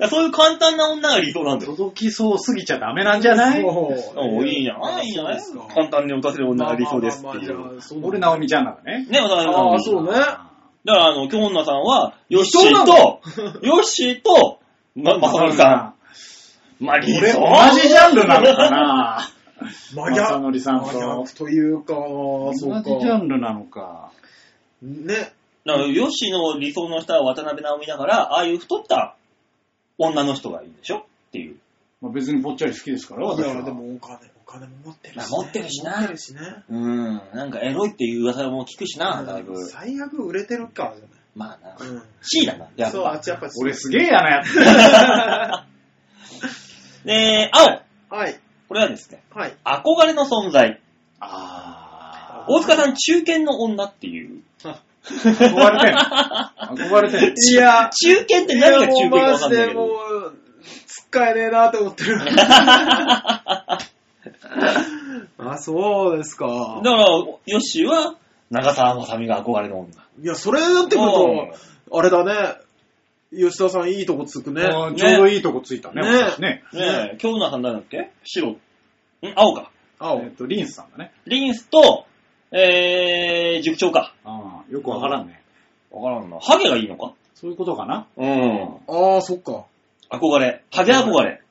S2: そう いう簡単な女が理想なんだよ。
S1: 届き そうすぎちゃダメなんじゃない
S2: お
S3: お
S2: いいじゃん。いいじゃない
S3: そうですか
S2: 簡単に打たせる女が理想ですっていう。
S1: 俺、ナオミちゃんなのね。
S2: ね、渡辺さん。
S3: ああ、そうね。
S2: だから、あの、京女さんは、ヨッシ
S3: 理想
S2: ー
S3: な
S2: と、ヨッシーと、ま、まさのりさん。まあ、理
S1: これ、
S2: 想
S1: 同じジャンルなのかな
S3: 真
S1: 正
S3: 逆。
S1: 則さん
S3: 真
S1: と。
S3: 逆というか、
S1: 同じジ
S3: そうか。
S1: ャンルなのか。
S3: ね。
S2: だから、ヨッシーの理想の人は渡辺直美だから、ああいう太った女の人がいいでしょっていう。
S1: まあ、別にぽっちゃり好きですから、
S3: い
S1: 私は。
S3: や、でもお金、お金も持ってるし、
S2: ま
S3: ね。
S2: あ持ってるしな
S3: 持ってるしね。
S2: うーん、なんかエロいっていう噂も聞くしな、だいぶ。
S3: 最悪売れてるからじゃ
S2: まあな。
S3: ない。うん。
S2: C だな、やっ
S3: そう、あ
S2: ぱ
S3: っ。ちやっぱ
S1: 俺すげえやなやつ。
S2: で、青。
S3: はい、
S2: これはですね、
S3: はい。
S2: 憧れの存在。
S1: あ
S2: 大塚さん、中堅の女って いう。
S1: ー。憧れてんの憧れてんの
S3: いや、
S2: 中堅って何が中堅かわかんないけ
S3: も
S2: ど。
S3: うマジでもう、使えねえなって思っ てる。あ、そうです
S2: だ
S3: か。
S2: から、ヨッシーは、長澤まさみが憧れの女。
S3: いや、それだって
S2: お
S3: こ
S2: う
S3: と、あれだね。吉田さんいいとこつくね。
S1: あーちょうどいいとこついたね。
S3: ね
S1: 私ね
S2: ねえ、京奈さん誰だっけ白。ん青か。
S3: 青
S1: えっ。と、リンスさんだね。
S2: リンスと、えー、塾長か。
S1: あーよくわからんね。
S2: わからんな。ハゲがいいのか
S1: そういうことかな。
S2: うん。
S3: ああ、そっか。
S2: 憧れ。ハゲ憧れ。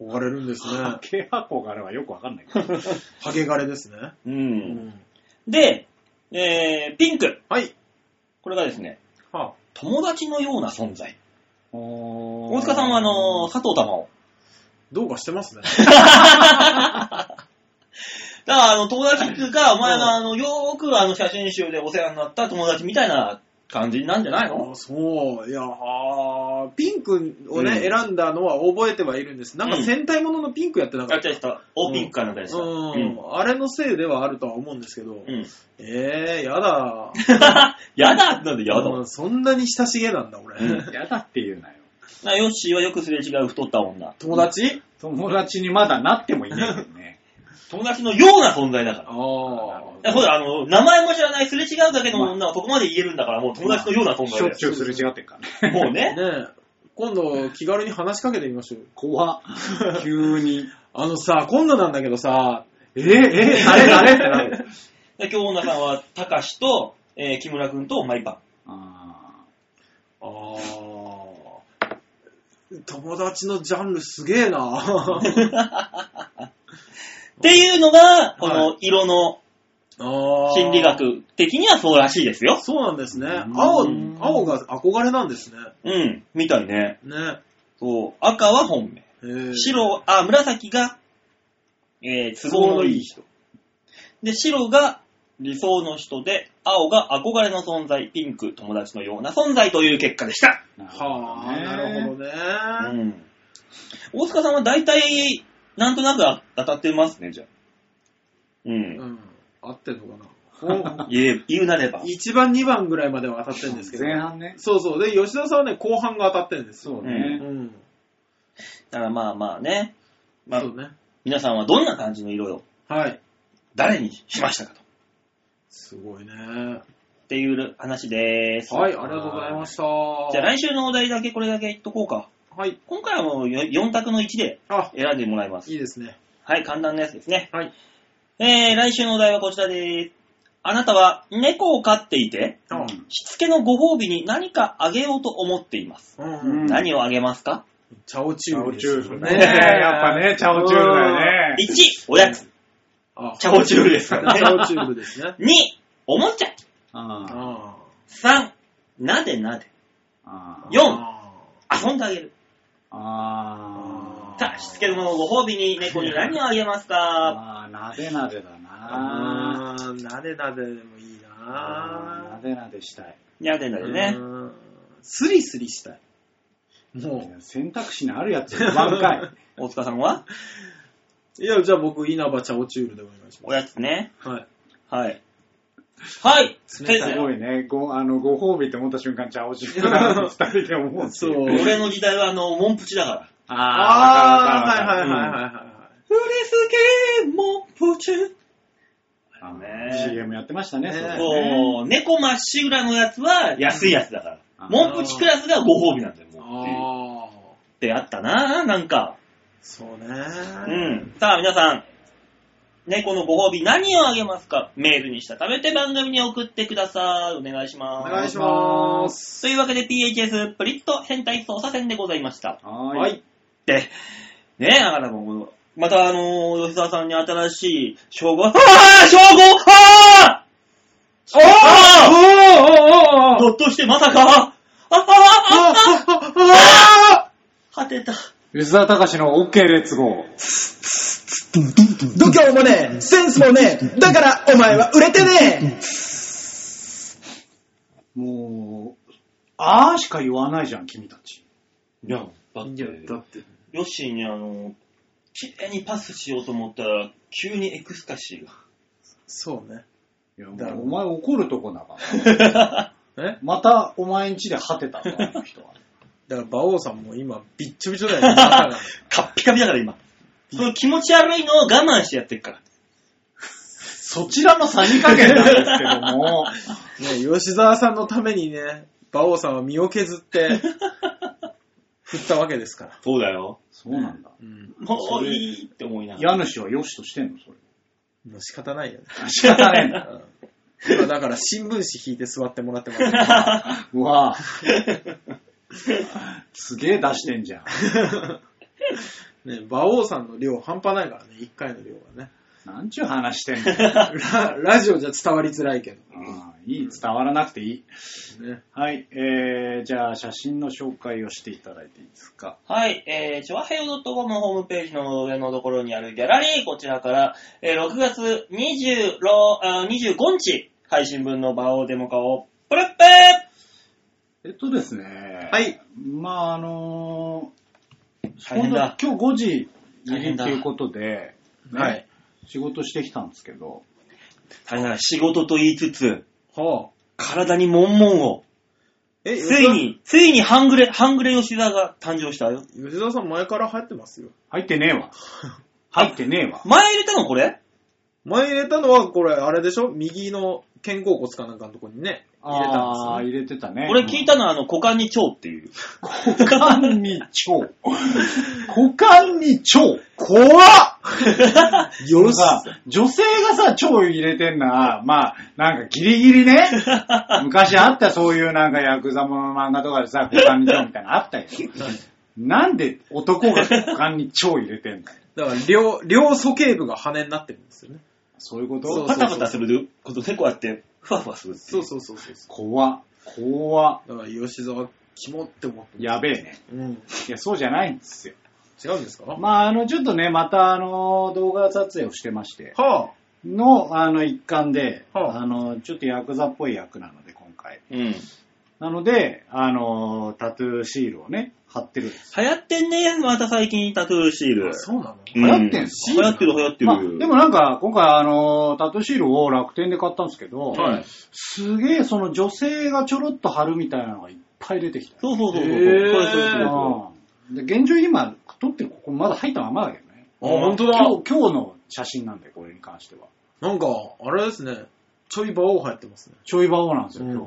S3: 憧れるんですね。
S1: 毛箱があれはよくわかんないけど。
S3: ハゲガレですね。
S2: う。。
S3: うん
S2: で、えー、ピンク。
S3: はい。
S2: これがですね、
S3: は
S2: 友達のような存在。
S1: 大
S2: 大塚さんはあの、佐藤玉緒。
S3: どうかしてますね。
S2: だから、あの、友達っていうか、お前のあの、よーくあの、写真集でお世話になった友達みたいな感じなんじゃないの
S3: あそう。いや、あーピンクをね、
S2: うん
S3: 選んだのは覚えてはいるんです。なんか戦隊もののピンクやってなか
S2: あ、
S3: った。
S2: 違った。オーピンクかなんかでした。
S3: うん
S2: うん。
S3: あれのせいではあるとは思うんですけど、
S2: うん。
S3: えー、やだ。
S2: やだなんでやだ。
S3: うんそんなに親しげなんだ、俺。
S2: うん
S1: やだって言うなよ。
S2: なヨッシーはよくすれ違う太った女。
S3: 友達
S1: 友達にまだなってもいないけどね。
S2: 友達のような存在だから。
S3: あ
S2: いやそうだ、あの、名前も知らない、すれ違うだけの女はそこまで言えるんだから、もう友達のような存
S1: しょ
S2: 在
S1: っちゅうすれ違ってっから
S2: で。もう
S3: あ。
S1: ね。
S2: ね。
S3: ねえ、今度気軽に話しかけてみましょう。
S1: 怖っ。急に。
S3: あのさ、今度なんだけどさ、
S1: え、 え、誰誰ってなる。
S2: で今日女さんは、たかしと、えー木村くんとマイパ
S1: あ
S3: あー友達のジャンルすげえ な
S2: ン。っていうのが、この色の
S3: あー
S2: 心理学的にはそうらしいですよ。
S3: そうなんですね。
S1: うん
S3: 青、青が憧れなんですね。
S2: うん、みたいね。
S3: ね。
S2: そう、赤は本命。
S3: えー
S2: 白、あ、紫が、えー、都合のいい人。で、白が理想の人で、青が憧れの存在、ピンク友達のような存在という結果でした。
S1: あ。なるほど
S3: はあ、
S1: ね
S3: なるほどね。
S2: うん。大塚さんは大体、なんとなく当たってますね、じゃあ。う。
S3: うんん。合ってんのかな
S2: 言え、言うなれば。
S3: ?1 番、2番ぐらいまでは当たってるんですけど。
S1: 前半ね。
S3: そうそう。で、吉田さんはね、後半が当たってるんですよ。
S1: そう
S3: う
S1: ね。
S3: ん。
S2: だからまあまあね。まあ
S3: そ、うね。
S2: 皆さんはどんな感じの色を
S3: はい。
S2: 誰にしましたかと。
S3: すごいね。はい、
S2: っていう話です。
S3: ありがとうございました。
S2: じゃあ来週のお題だけこれだけ言っとこうか。
S3: はい。
S2: 今回はもう4択の1で
S3: あ、
S2: 選んでもらいます
S3: い。いですね。
S2: はい、簡単なやつですね。
S3: はい。
S2: えー、来週のお題はこちらです。あなたは猫を飼っていて、
S3: あ
S2: しつけのご褒美に何かあげようと思っています。
S3: うん。
S1: うん
S2: 何をあげますか
S3: チャオチ
S1: チャ
S3: ュー
S1: オ
S3: で
S1: チ
S3: すよ
S1: ュールね。やっぱね、チャオチュールだよね。
S2: ?1、おやつ。
S3: あ、
S2: チャオチュールですから
S3: チ
S2: ね。
S3: ャオチューブです ね。
S2: 2、おもちゃ。
S1: あ
S3: あ
S2: 3、なでなで。
S1: あ。
S2: よ
S3: あ
S2: 遊んであげる。
S1: あ
S2: さあ、しつけのご褒美に猫に何をあげますか
S1: あ。あーなでなでだな。
S3: あー、なでなででもいい
S1: あーな
S3: な
S1: でなでしたい。
S2: なでなでね
S3: う。んスリスリしたい。
S1: い
S3: も
S1: や選択肢にあるやつ、挽回。
S2: 大塚さんは
S3: う。いや、じゃあ僕、稲葉チャオチュールでお願いし
S2: おやつね。
S3: ます。は
S2: は
S3: い。
S2: い。はい。
S3: 冷た
S1: すごいね。ご、あの、ご褒美って思った瞬間、チャオチュールだなって二人で思う。
S3: そう。
S2: 俺の時代はあの、モンプチだから。
S1: あ
S3: あー、はいはいはい
S1: い。
S3: はいはい。
S2: 振りすぎ、モンプチ。
S1: あの
S2: ね
S1: CM やってましたね。
S3: ね
S1: それ
S2: もう、猫まっしぐらのやつは安いやつだか
S1: あ
S2: ら。
S1: ー
S2: モンプチクラスがご褒美なんだよ、もう。
S3: ああ、
S2: ってあったなぁ、なんか。
S3: そう
S2: う
S3: ね。
S2: ん。さあ、皆さん。猫のご褒美何をあげますかメールにした食べて番組に送ってください。お願いし
S3: お
S2: ます。
S3: 願いします。
S2: というわけで PHS プリット変態操作戦でございました。
S1: は
S3: は
S1: ーい。
S3: い。
S2: で、ねえ、なかなかもう、またあのー吉沢さんに新しい称号、ああ称号ああ
S3: おーおーおーおー
S2: ひょっとしてまさかあああああ
S3: ああー
S2: 果てた。
S1: 吉沢隆の OK レッツゴー。
S5: 度胸もねえ、センスもねえ、だからお前は売れてね
S1: もう、あーしか言わないじゃん、君たち。
S2: いや、だっ
S3: いや、だって。
S2: ヨッシーにあの、綺麗にパスしようと思ったら、急にエクスタシーが。
S3: そうね。
S1: いや、
S3: だろ
S1: も
S3: う
S1: うお前怒るとこだから。
S3: え
S1: またお前ん家で果てたぞ、あの人は。
S3: だから、馬王さんも今、びっちょびちょだよね。だ から
S2: カッピカピだから今。その気持ち悪いのを我慢してやってるから。
S1: そちらのさじ加減なんですけども、
S3: ね、吉沢さんのためにね、馬王さんは身を削 って、振ったわけですから。
S2: そうだよ。
S1: そうなんだ。
S3: うん。
S2: もういいって思いながら。
S1: 家主は良しとしてんの、それ。
S3: もう仕方ないよね。
S1: 仕方ねえんだ。
S3: うん今だから、新聞紙引いて座ってもらってます。
S1: うわぁ。すげえ出してんじゃん。
S3: ね、馬王さんの量半端ないからね、1回の量はね。
S1: なんちゅう話してんの。
S3: ララジオじゃ伝わりづらいけど。
S1: ああいい、伝わらなくていい。
S3: ね。
S1: はい、えー、じゃあ写真の紹介をしていただいていいですか。
S2: はい、えー、ちょわへよ .com のホームページの上のところにあるギャラリー、こちらから、えー、6月26あ25日配信分の場をデモ化をプレップ
S1: えっとですね。
S3: はい。
S1: まああのー、
S2: 大変だ
S1: 今度今日5時
S2: 大
S1: 入り
S2: 変
S1: と
S2: だ
S1: いうことで、ね
S3: はい。
S1: 仕事してきたんですけど、
S2: 大変だ仕事と言いつつ、
S1: は
S2: 体に悶々を。
S3: え、
S2: ついに、ついに半グレ、半グレ吉田が誕生したよ。
S3: 吉田。吉田さん前から入ってますよ。
S1: あ、入ってねえわ。入ってねえわ。
S2: 前入れたのこれ
S3: 前入れたのは、これ、あれでしょ右の肩甲骨かなんかのとこにね、入れたん
S1: あー
S3: ですよ、ね。
S1: 入れてたね。
S2: 俺聞いたのはあの、股間に蝶っていう。
S1: 股間 に腸。股間に腸。怖っ
S3: よろしい
S1: さ、女性がさ、腸入れてんのは、まあ、なんかギリギ リね。昔あったそういうなんかヤクザもの漫画とかでさ、股間に腸みたいなのあったよ。なんで男が股間に腸入れてんだよ。
S3: だから、両、両鼠径部が羽になってるんですよね。
S1: そういうこ
S3: そ
S1: と
S3: う
S2: パタパタすることでこうやって、ふわふわするってい
S3: そううそうそうそうそ
S1: 怖っ。怖っ。
S3: う。だから、吉沢、キモって思ってる。
S1: やべえね。
S3: うん。
S1: いや、そうじゃないんですよ。
S3: 違うんですか
S1: まあ、あの、ちょっとね、また、あの、動画撮影をしてまして。
S3: は
S1: の、あの、一環で、
S3: はあ
S1: あの、ちょっとヤクザっぽい役なので、今回。
S2: うん。
S1: なので、あの、タトゥーシールをね、貼ってるんです。
S2: 流行ってんね、また最近タトゥーシー
S3: あ。
S2: ル。
S3: そうなの
S2: う
S1: 流行ってんす
S2: 流行ってる流行ってる。
S1: まあ、でもなんか、今回、あの、タトゥーシールを楽天で買ったんですけど、
S2: はい
S1: すげえ、その女性がちょろっと貼るみたいなのがいっぱい出てきた。
S2: そうそうそうそう。
S3: へ
S2: そ
S3: ー
S2: れそれそれそれ
S1: うんで、現状今、撮ってる、ここまだ入ったままだけどね。
S3: あ、ほんとだ。
S1: 今日、今日の写真なんだよ、これに関しては。
S3: なんか、あれですね。ちょい馬王入ってますね。
S1: ちょいバオなんですよ、
S3: うん
S1: 今日。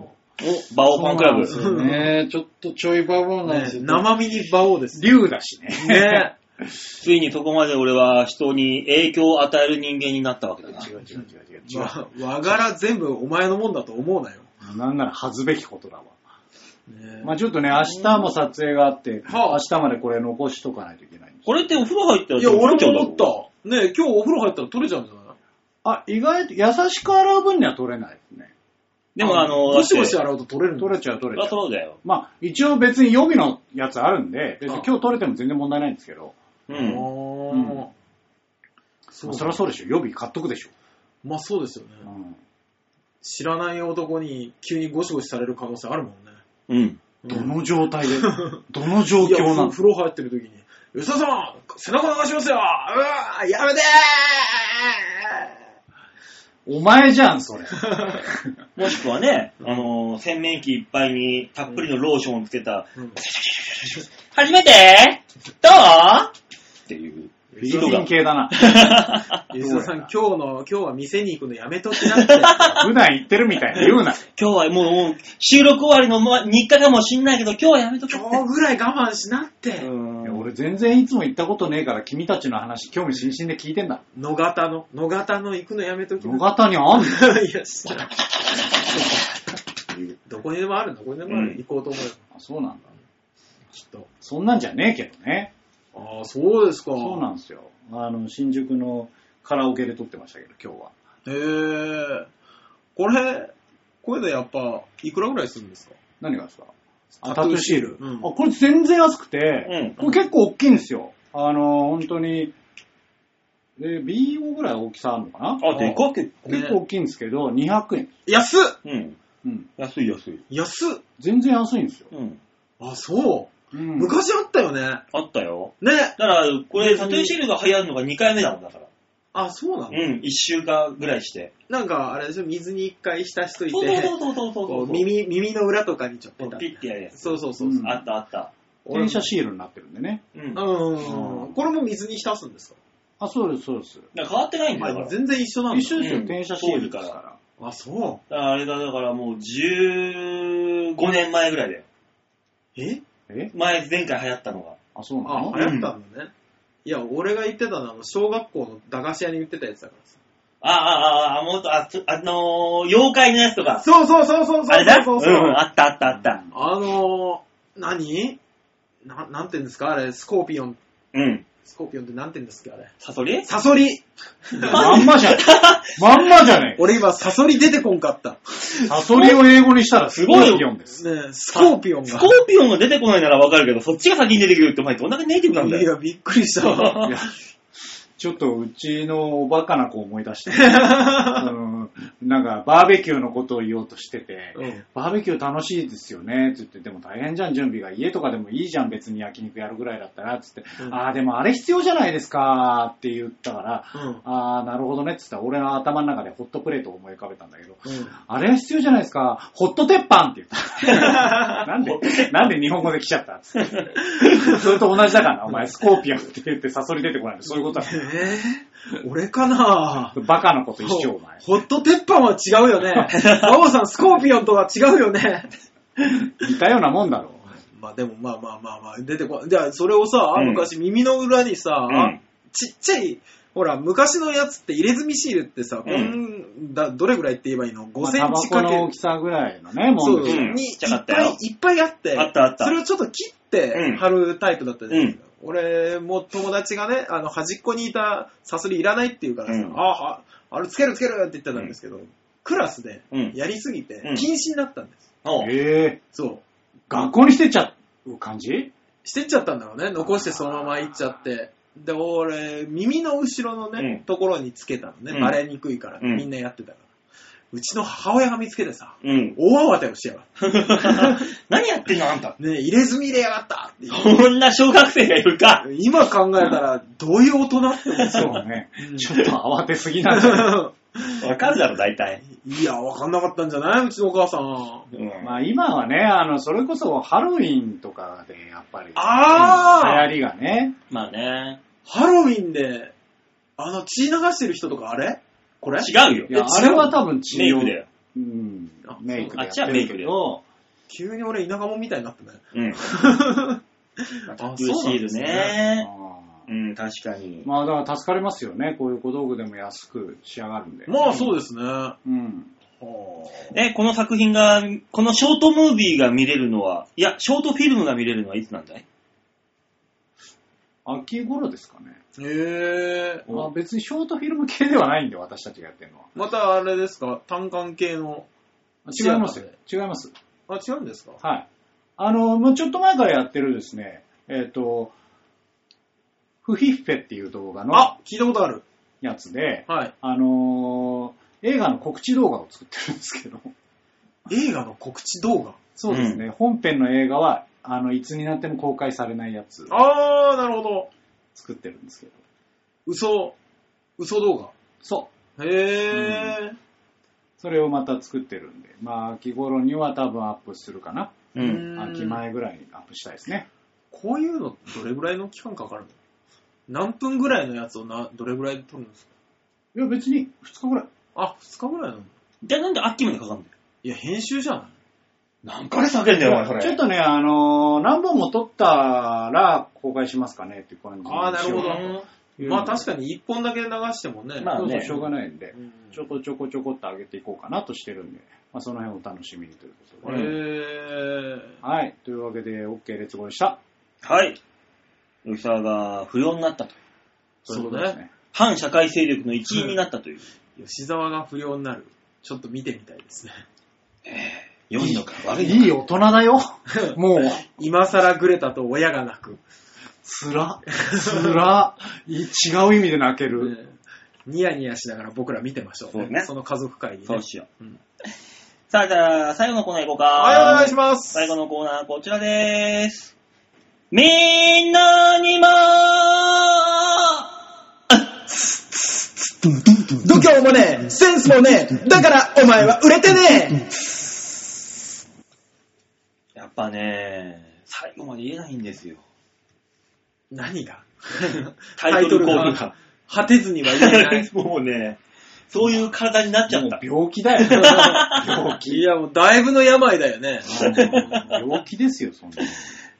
S2: お、バオファンクラブ。
S1: そうなんですよね、ちょっとちょいバオなんです
S3: ね
S1: よ。
S3: 生身に馬王ですね。
S1: 竜だしね。
S3: ね
S2: ついにそこまで俺は人に影響を与える人間になったわけだな。
S1: 違う違う違う違う違 う。
S3: わ和柄全部お前のもんだと思うなよ。
S1: なんなら恥ずべきことだわ。
S3: ね
S1: まあちょっとね、明日も撮影があって、
S3: はあ
S1: 明日までこれ残しとかないといけないんです。
S2: これってお風呂入ったら
S3: いや、俺も思
S2: 取れちゃうだろ
S3: った。ね今日お風呂入ったら取れちゃうんじゃない
S1: あ、意外と優しく洗う分には取れないですね。
S2: でもあの、
S3: ゴシゴシ
S2: だって
S3: 洗うと取れるの
S1: 取れちゃう
S2: そ
S1: 取れ
S2: りゃ
S1: ちゃう。
S2: そうだよ。
S1: まあ一応別に予備のやつあるんで、別
S3: あ
S1: に
S3: あ
S1: 今日取れても全然問題ないんですけど、
S2: う。
S3: うん
S1: うん
S3: そう
S1: まあそりゃそうでしょ。予備買っとくでしょ。
S3: まあそうですよね。
S1: うん
S3: 知らない男に急にゴシゴシされる可能性あるもんね。
S2: うん。
S3: うん
S1: どの状態で、 どの状
S3: いや
S1: 況なの
S3: 風呂入ってる時に、吉田さん、背中流しますようわーやめて
S1: お前じゃん、それ。
S2: もしくはね、あの、洗面器いっぱいにたっぷりのローションをつけた、
S3: ー、うん
S2: 初めてどうっていう。
S1: 美人系だ な。
S3: 吉田さん、今日の、今日は店に行くのやめときなって。
S1: 普段言ってるみたいな言うな。
S2: 今日はもうもう、収録終わりのま日課かもしんないけど、今日はやめとけって
S3: 今。日ぐらい我慢しなって。
S1: いや俺全然いつも行ったことねえから君たちの話興味津々で聞いてんだ。
S3: 野方の、野方の行くのやめとき
S1: 野
S3: なっ
S1: 方にあんの
S3: て。 いや、知らんどこにでもある、どこにでもある。
S2: うん
S3: 行こうと思うよ、
S1: あそうなんだ。
S3: きっと。
S1: そんなんじゃねえけどね。
S3: ああ、そうですか。
S1: そうなんですよ。あの、新宿のカラオケで撮ってましたけど、今日は。
S3: へえ。これ、これでやっぱ、いくらぐらいするんですか
S1: 何がですかあ
S3: タ
S1: タ
S3: トゥ
S1: トゥ
S3: ー
S1: ー
S3: シー
S1: シー
S3: ル
S1: ル。
S3: うん
S1: あこれ全然安くて、
S2: うん
S1: これ結構大きいんですよ。あの、本当に、で、B5 ぐらい大きさあるのかな
S2: あ、でかく。
S1: 結構大きいんですけど、200円。
S3: 安っ
S2: うん。
S1: うん。
S2: 安い安い。
S3: 安っ
S1: 全然安いんですよ。
S2: うん。
S3: あ、そうう。
S1: ん
S3: 昔あったよね。
S2: あったよ。
S3: ね。
S2: だから、これ、タトゥーシールが流行るのが2回目だもんだから。
S3: あ、そうなの
S2: うん、1週間ぐらいして。
S3: なんか、あれでしょ、水に一回浸しとい
S2: そうそう
S3: て、
S2: そうそうそうそ
S3: こ
S2: う。
S3: う耳、耳の裏とかにちょっ
S2: ことうピッてやるやつ。
S3: そうそうそうそう。
S1: うん
S2: あったあった。
S1: 転写シールになってるんでね。
S2: うん。だか
S3: うん
S1: うん
S3: これも水に浸すんですか
S1: あ、そうです、そうです。
S2: ら変わってないんだよ。だか
S3: あ
S2: ら
S3: 全然一緒なんだ。
S1: 一緒ですよ、
S2: うん
S1: 転写シールですから。
S3: あ、そ
S2: だからあれが、だからもう15年前ぐらいだよ。
S3: う。え
S1: え
S2: 前、前回流行ったのが。
S1: あ、そうな
S3: あ
S1: の、
S2: は
S3: 流行ったんだね。いや、俺が言ってたのは、あの小学校の駄菓子屋に売ってたやつだか
S2: ああ、ああ、あもっと、あ、つあのー、妖怪のやつと
S3: ら
S2: か。
S3: さ。そうそうそうそうそうそうそう。
S2: あれだうん、あったあったあった。
S3: あのー、何ななんて言うんですかあれ、スコーピオン。
S2: うん。
S3: スコーピオンってなんて言うんですかあれ。
S2: サソリ
S3: サソリ
S1: まんまじゃん。まんまじゃねえか。
S3: 俺今、サソリ出てこんかった。
S1: サソリを英語にしたらすごいスコーピオンです。
S3: ねえスコーピオン
S2: ス
S3: が
S2: コ。ーピオンが出てこないならわかるけど、そっちが先に出てくるってお前どんだけネイティブなんだ
S3: い
S2: よ。
S3: や、びっくりしたわ。
S1: いやちょっとうちのおバカな子思い出して、うんなんかバーベキューのことを言おうとしてて、
S3: うん
S1: バーベキュー楽しいですよね、つって、でも大変じゃん、準備が。家とかでもいいじゃん、別に焼肉やるぐらいだったら、つって、
S3: うん
S1: ああ、でもあれ必要じゃないですか、って言ったから、
S3: うん
S1: ああ、なるほどね、つったら俺の頭の中でホットプレートを思い浮かべたんだけど、
S3: うん
S1: あれ必要じゃないですか、ホット鉄板って言 った。なんで、なんで日本語で来ちゃったつって それと同じだからな、お前、スコーピオンって言ってサソリ出てこないの、そういうことだ。
S3: えー、俺かな
S1: バカなこと一生、お前。
S3: ホット鉄板は違う よね。馬王さん、スコーピオンとは違うよね。
S1: 似たようなもんだろ。
S3: まあでも、まあまあまあまあ、出てこじゃあ、それをさ、
S2: うん
S3: 昔耳の裏にさ、
S2: うん
S3: ちっちゃい、ほら、昔のやつって入れ墨シールってさ、こんだどれぐらいって言えばいいの ?5 センチ
S1: まあタバ
S3: か
S1: コ
S3: け
S1: の大きさぐらいのね、も
S3: そ
S1: ん
S3: う、
S1: ですよ
S2: ん
S3: にい
S2: ちっちゃか
S3: っ
S2: った
S3: ぱ
S2: よ
S3: いいっぱいあって、
S2: あったあった
S3: それをちょっと切って
S2: うん
S3: 貼るタイプだったじゃないですか。
S2: う
S3: 俺も友達がね、あの、端っこにいたサソリいらないって言うからさ、
S2: うん
S3: ああは、あれつけるつけるって言ってたんですけど、クラスで
S2: うん
S3: やりすぎて
S2: うん
S3: 禁止になったんです。
S2: おう
S1: へえ
S3: そう。
S1: 学校にしてっちゃう感じ
S3: してっちゃったんだろうね。残してそのまま行っちゃって。で、俺、耳の後ろのね、
S2: うん
S3: ところにつけたのね。
S2: うん
S3: バレにくいから、
S2: うん
S3: みんなやってたから。うちの母親が見つけてさ、
S2: うん。
S3: 大慌てをしやがっ
S2: 何やってんのあんた。
S3: た。ねえ入れ墨入れやがったって言って
S2: こんな小学生がいるか。
S3: 今考えたら、どういう大人って思う
S1: そうね
S3: う。ん
S1: ちょっと慌てすぎなんじゃない
S2: わかるだろ、大体。
S3: いや、わかんなかったんじゃないうちのお母さん。
S2: うん
S1: まあ今はね、あの、それこそハロウィンとかでやっぱり、
S3: あー、
S1: 流行りがね、
S2: まあね。
S3: ハロウィンで、あの血流してる人とかあれこれ
S2: 違うよ
S1: い。や
S3: え
S1: あれは多分
S2: メ
S1: 違
S2: イ
S1: う
S2: クだよ。
S1: うん
S3: あ、
S1: メイクで
S2: あ
S1: や
S2: っ
S1: っ
S2: ちは
S1: て
S2: メイ
S1: る
S2: ク
S1: け
S2: だ
S1: ど、
S3: 急に俺田舎者みたいになってない。
S2: うん。
S3: あ
S2: ブルーシールね。う
S1: う
S2: んん、確かに。
S1: まあだから助かりますよね、こういう小道具でも安く仕上がるんで。
S3: まあそうですね。は
S1: うん。
S3: あ
S2: え、この作品が、このショートムービーが見れるのは、いや、ショートフィルムが見れるのはいつなんだい
S1: 秋頃ですかね。
S3: へえ
S1: まあ別にショートフィルム系ではないんで、私たちがやってるのは。
S3: またあれですか単管系の。
S1: 違いますよ。違います。
S3: あ、違うんですか
S1: はい。あの、もうちょっと前からやってるですね、えっ、と、フヒッフェっていう動画の
S3: あ、聞いたことある。
S1: やつで、
S3: はい。
S1: あのー映画の告知動画を作ってるんですけど、
S3: 映画の告知動画。
S1: そうですね、本編の映画は、あの、いつになっても公開されないやつ
S3: あー、なるほど。
S1: 作ってるんですけど。
S3: 嘘、嘘動
S1: そう。
S3: 画。へえ。
S1: それをまた作ってるんで、まあ、秋頃には多分アップするかな。
S2: う。
S3: うん
S1: 秋前ぐらいにアップしたいですね。
S3: こういうのどれぐらいの期間かかるの何分ぐらいのやつをなどれぐらいで撮るんですか
S1: いや、別に2日ぐらい。
S3: あ、2日ぐらいなの
S2: じゃあなんでアッキーまでかかんだよ。
S3: いや、編集じゃん。
S2: 何ヶ月かけんだよ、お前、それ。
S1: ちょっとね、あのー何本も撮ったら公開しますかねっていう感じにしよう
S3: あー、なるほど。まあ確
S1: か
S3: かに1本だけ流してもね。
S2: まあ
S1: そう
S2: ね
S1: そう、しょうがないんで、
S3: うん
S1: ちょこちょこちょこっと上げていこうかなとしてるんで、まあその辺をお楽しみにということ
S3: へ
S1: で。
S3: ー。
S1: はい、というわけで、OK、レッツゴーでした。
S2: はい。吉沢が不要になったと。
S1: い
S3: そう
S1: ことです
S3: ね。。
S2: 反社会勢力の一員になったという。
S3: 吉沢が不良になる。ちょっと見てみたいですね。
S2: 良いのか悪いのか。
S1: いい大人だ よ。もう、
S3: 今更グレたと親が泣く。
S1: つら、つら、い違う意味で泣ける。
S3: ねニヤニヤしながら僕ら見てましょう、
S2: そうね
S3: その家族会に、ね。
S2: そうしよう。
S3: うん
S2: さあ、じゃあ、最後のコーナー行こうか。
S3: はい、お願いします。
S2: 最後のコーナーこちらでーす。みんなにも
S5: 度胸もねえ、センスもねえ、だからお前は売れてねえ。
S2: やっぱね、最後まで言えないん ですよ。
S3: 何が
S2: タイトルコールが。
S3: 果てずにはいない。
S2: もうね、そういう体になっちゃった。
S1: もう病 気だよ。病
S3: い
S1: 気。
S3: や、もうだいぶの病だよね。
S1: 病気ですよ、そんなの。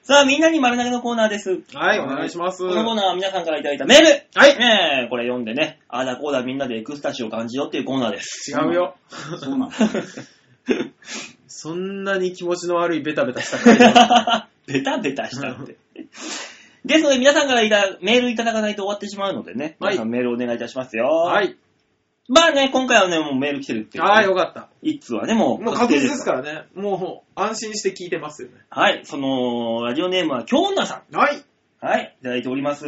S2: さあ、みんなに丸投げのコーナーです。
S3: はい、お願いします。
S2: このコーナーは皆さんからいただいたメール
S3: はい
S2: ねえ、これ読んでね、あーだこうだみんなでエクスタシーを感じようっていうコーナー です。
S3: 違うよ。
S1: そうなの。
S3: そんなに気持ちの悪いベタベタし た回だ
S2: ベタベタしたって。ですので、皆さんからいたメールいただかないと終わってしまうのでね、
S3: はい
S2: 皆さんメールお願いいたしますよ。
S3: は。い。
S2: まあね、今回はね、もうメール来てるっていう、
S3: ああ、よかった。
S2: 一通はね、もう。
S3: もう確実ですからね。もう、安心して聞いてますよね。
S2: はい、その、ラジオネームは京女さ
S3: はい。
S2: ん。はい、いただいております。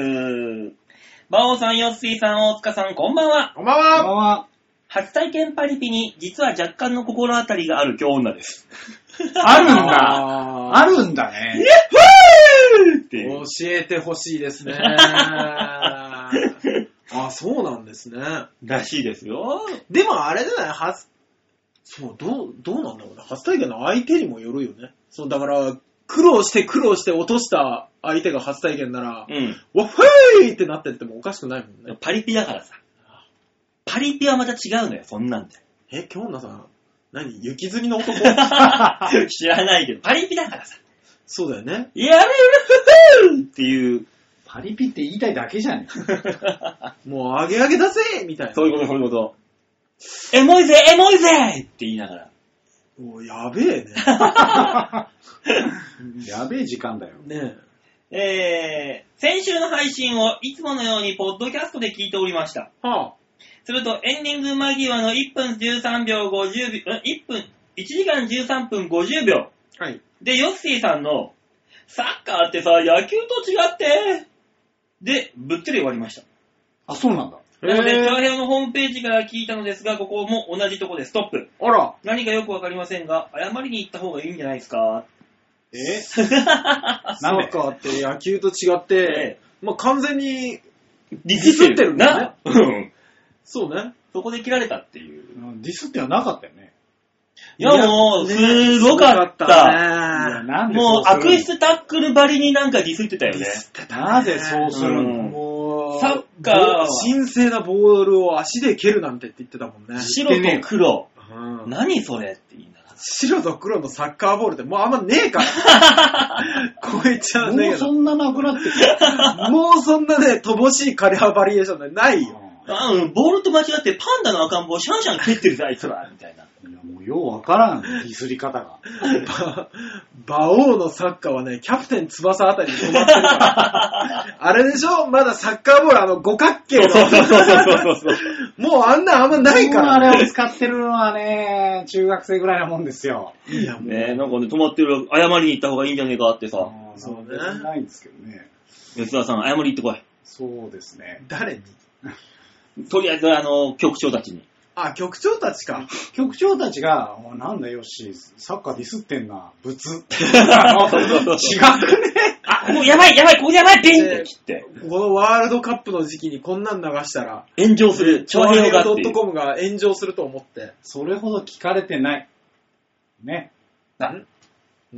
S2: バオさん、ヨッシーさん、大塚さん、こんばんは。
S3: こんばんは。
S1: あ
S2: 初体験パリピに、実は若干の心当たりがある京女です。
S1: るんだ。
S3: あ
S1: あるんだね。
S2: ふーっていう
S3: 教えてほしいです ね。あ、そうなんですね。
S2: らしいですよ。
S3: でもあれじゃない初、そう、どう、どうなんだろうね。初体験の相手にもよるよね。そう、だから、苦労して苦労して落とした相手が初体験なら、
S2: うん。
S3: わっふーいってなってってもおかしくないもんね。
S2: パリピだからさ。パリピはまた違うのよ、そんなんで。
S3: え、京奈さん、何雪積みの男
S2: 知らないけど、パリピだからさ。
S3: そうだよね。
S2: やれるふふーっていう。
S1: パリピって言いたいだけじゃね
S3: もう、あげあげだぜみたいな。
S2: そういうこと、そういうこと。エモいぜ、エモいぜって言いながら。
S3: もう、やべえね。
S1: え。やべえ時間だ よ。
S3: ね
S2: えー、先週の配信をいつものようにポッドキャストで聞いておりました。
S3: え。は
S2: するとエンディング間際の1分13秒50秒、ん1分、1時間13分50秒。
S3: あ。はい。
S2: で、ヨッシーさんの、サッカーってさ、野球と違って、で、ぶっちゃり終わりました。
S1: あ、そうなんだ。
S2: なので、
S3: へー
S2: 長編のホームページから聞いたのですが、ここも同じとこでストップ。
S3: あら。
S2: 何かよくわかりませんが、謝りに行った方がいいんじゃないですか。
S1: え
S3: サッカーって野球と違って、まあ、完全に、
S2: ディ
S3: スってるんだね
S2: な。うん
S3: そうね。
S2: そこで切られたっていう。
S1: ディスってはなかったよね。
S2: いや、もう、すごかっ
S3: すご
S2: た。
S1: い
S3: ね
S1: や、なんで
S2: も、
S1: そうする
S2: 悪質タックルばりになんかディスってたよね。
S1: なぜそうする
S2: うん
S1: の
S3: もう、
S2: サッカーは
S3: 神聖なボールを足で蹴るなんてって言ってたもんね。
S2: 白と黒。
S3: うん
S2: 何それって言いながら。
S3: 白と黒のサッカーボールってもうあんまねえから。超えちゃうんだ
S1: も
S3: け
S1: うそ
S3: ど。
S1: んななくなってきた。
S3: もうそんなね、乏しいカレーバリエーションなんてないよ。
S2: あうん、ボールと間違ってパンダの赤ん坊シャンシャン蹴ってるぜ、あいつら、みたいな。
S1: いや、もうようわからん、ディスり方が。
S3: ば 馬王のサッカーはね、キャプテン翼あたりに止まってる から。あれでしょまだサッカーボールあの五角形の。もうあんなあんまないか
S1: もうあ
S3: ら。
S1: れを使ってるのはね、中学生ぐらいなもんですよ。
S3: いやもう
S2: ねえ、なんかね、止まってる、謝りに行った方がいいんじゃねえかってさ。
S1: ん
S3: そうね
S1: ないんですけどね。
S2: 吉田さん、謝り行ってこ
S1: そうですね。
S3: 誰に
S2: い。とりあえず、あの、局長たちに。
S3: あ、局長たちか。
S1: 局長たちが、おなんだよし、サッカーディスってんな、ブツって。違くね
S2: あ、ここやばい、やばい、ここやばい、ピンって切って。
S3: このワールドカップの時期にこんなん流したら、
S2: 炎上する、
S3: 超
S2: 長
S3: 平
S2: 編が
S3: 洋
S2: っていう。
S3: .com が炎上すると思って。
S1: それほど聞かれてない。ね。
S2: こ
S3: ね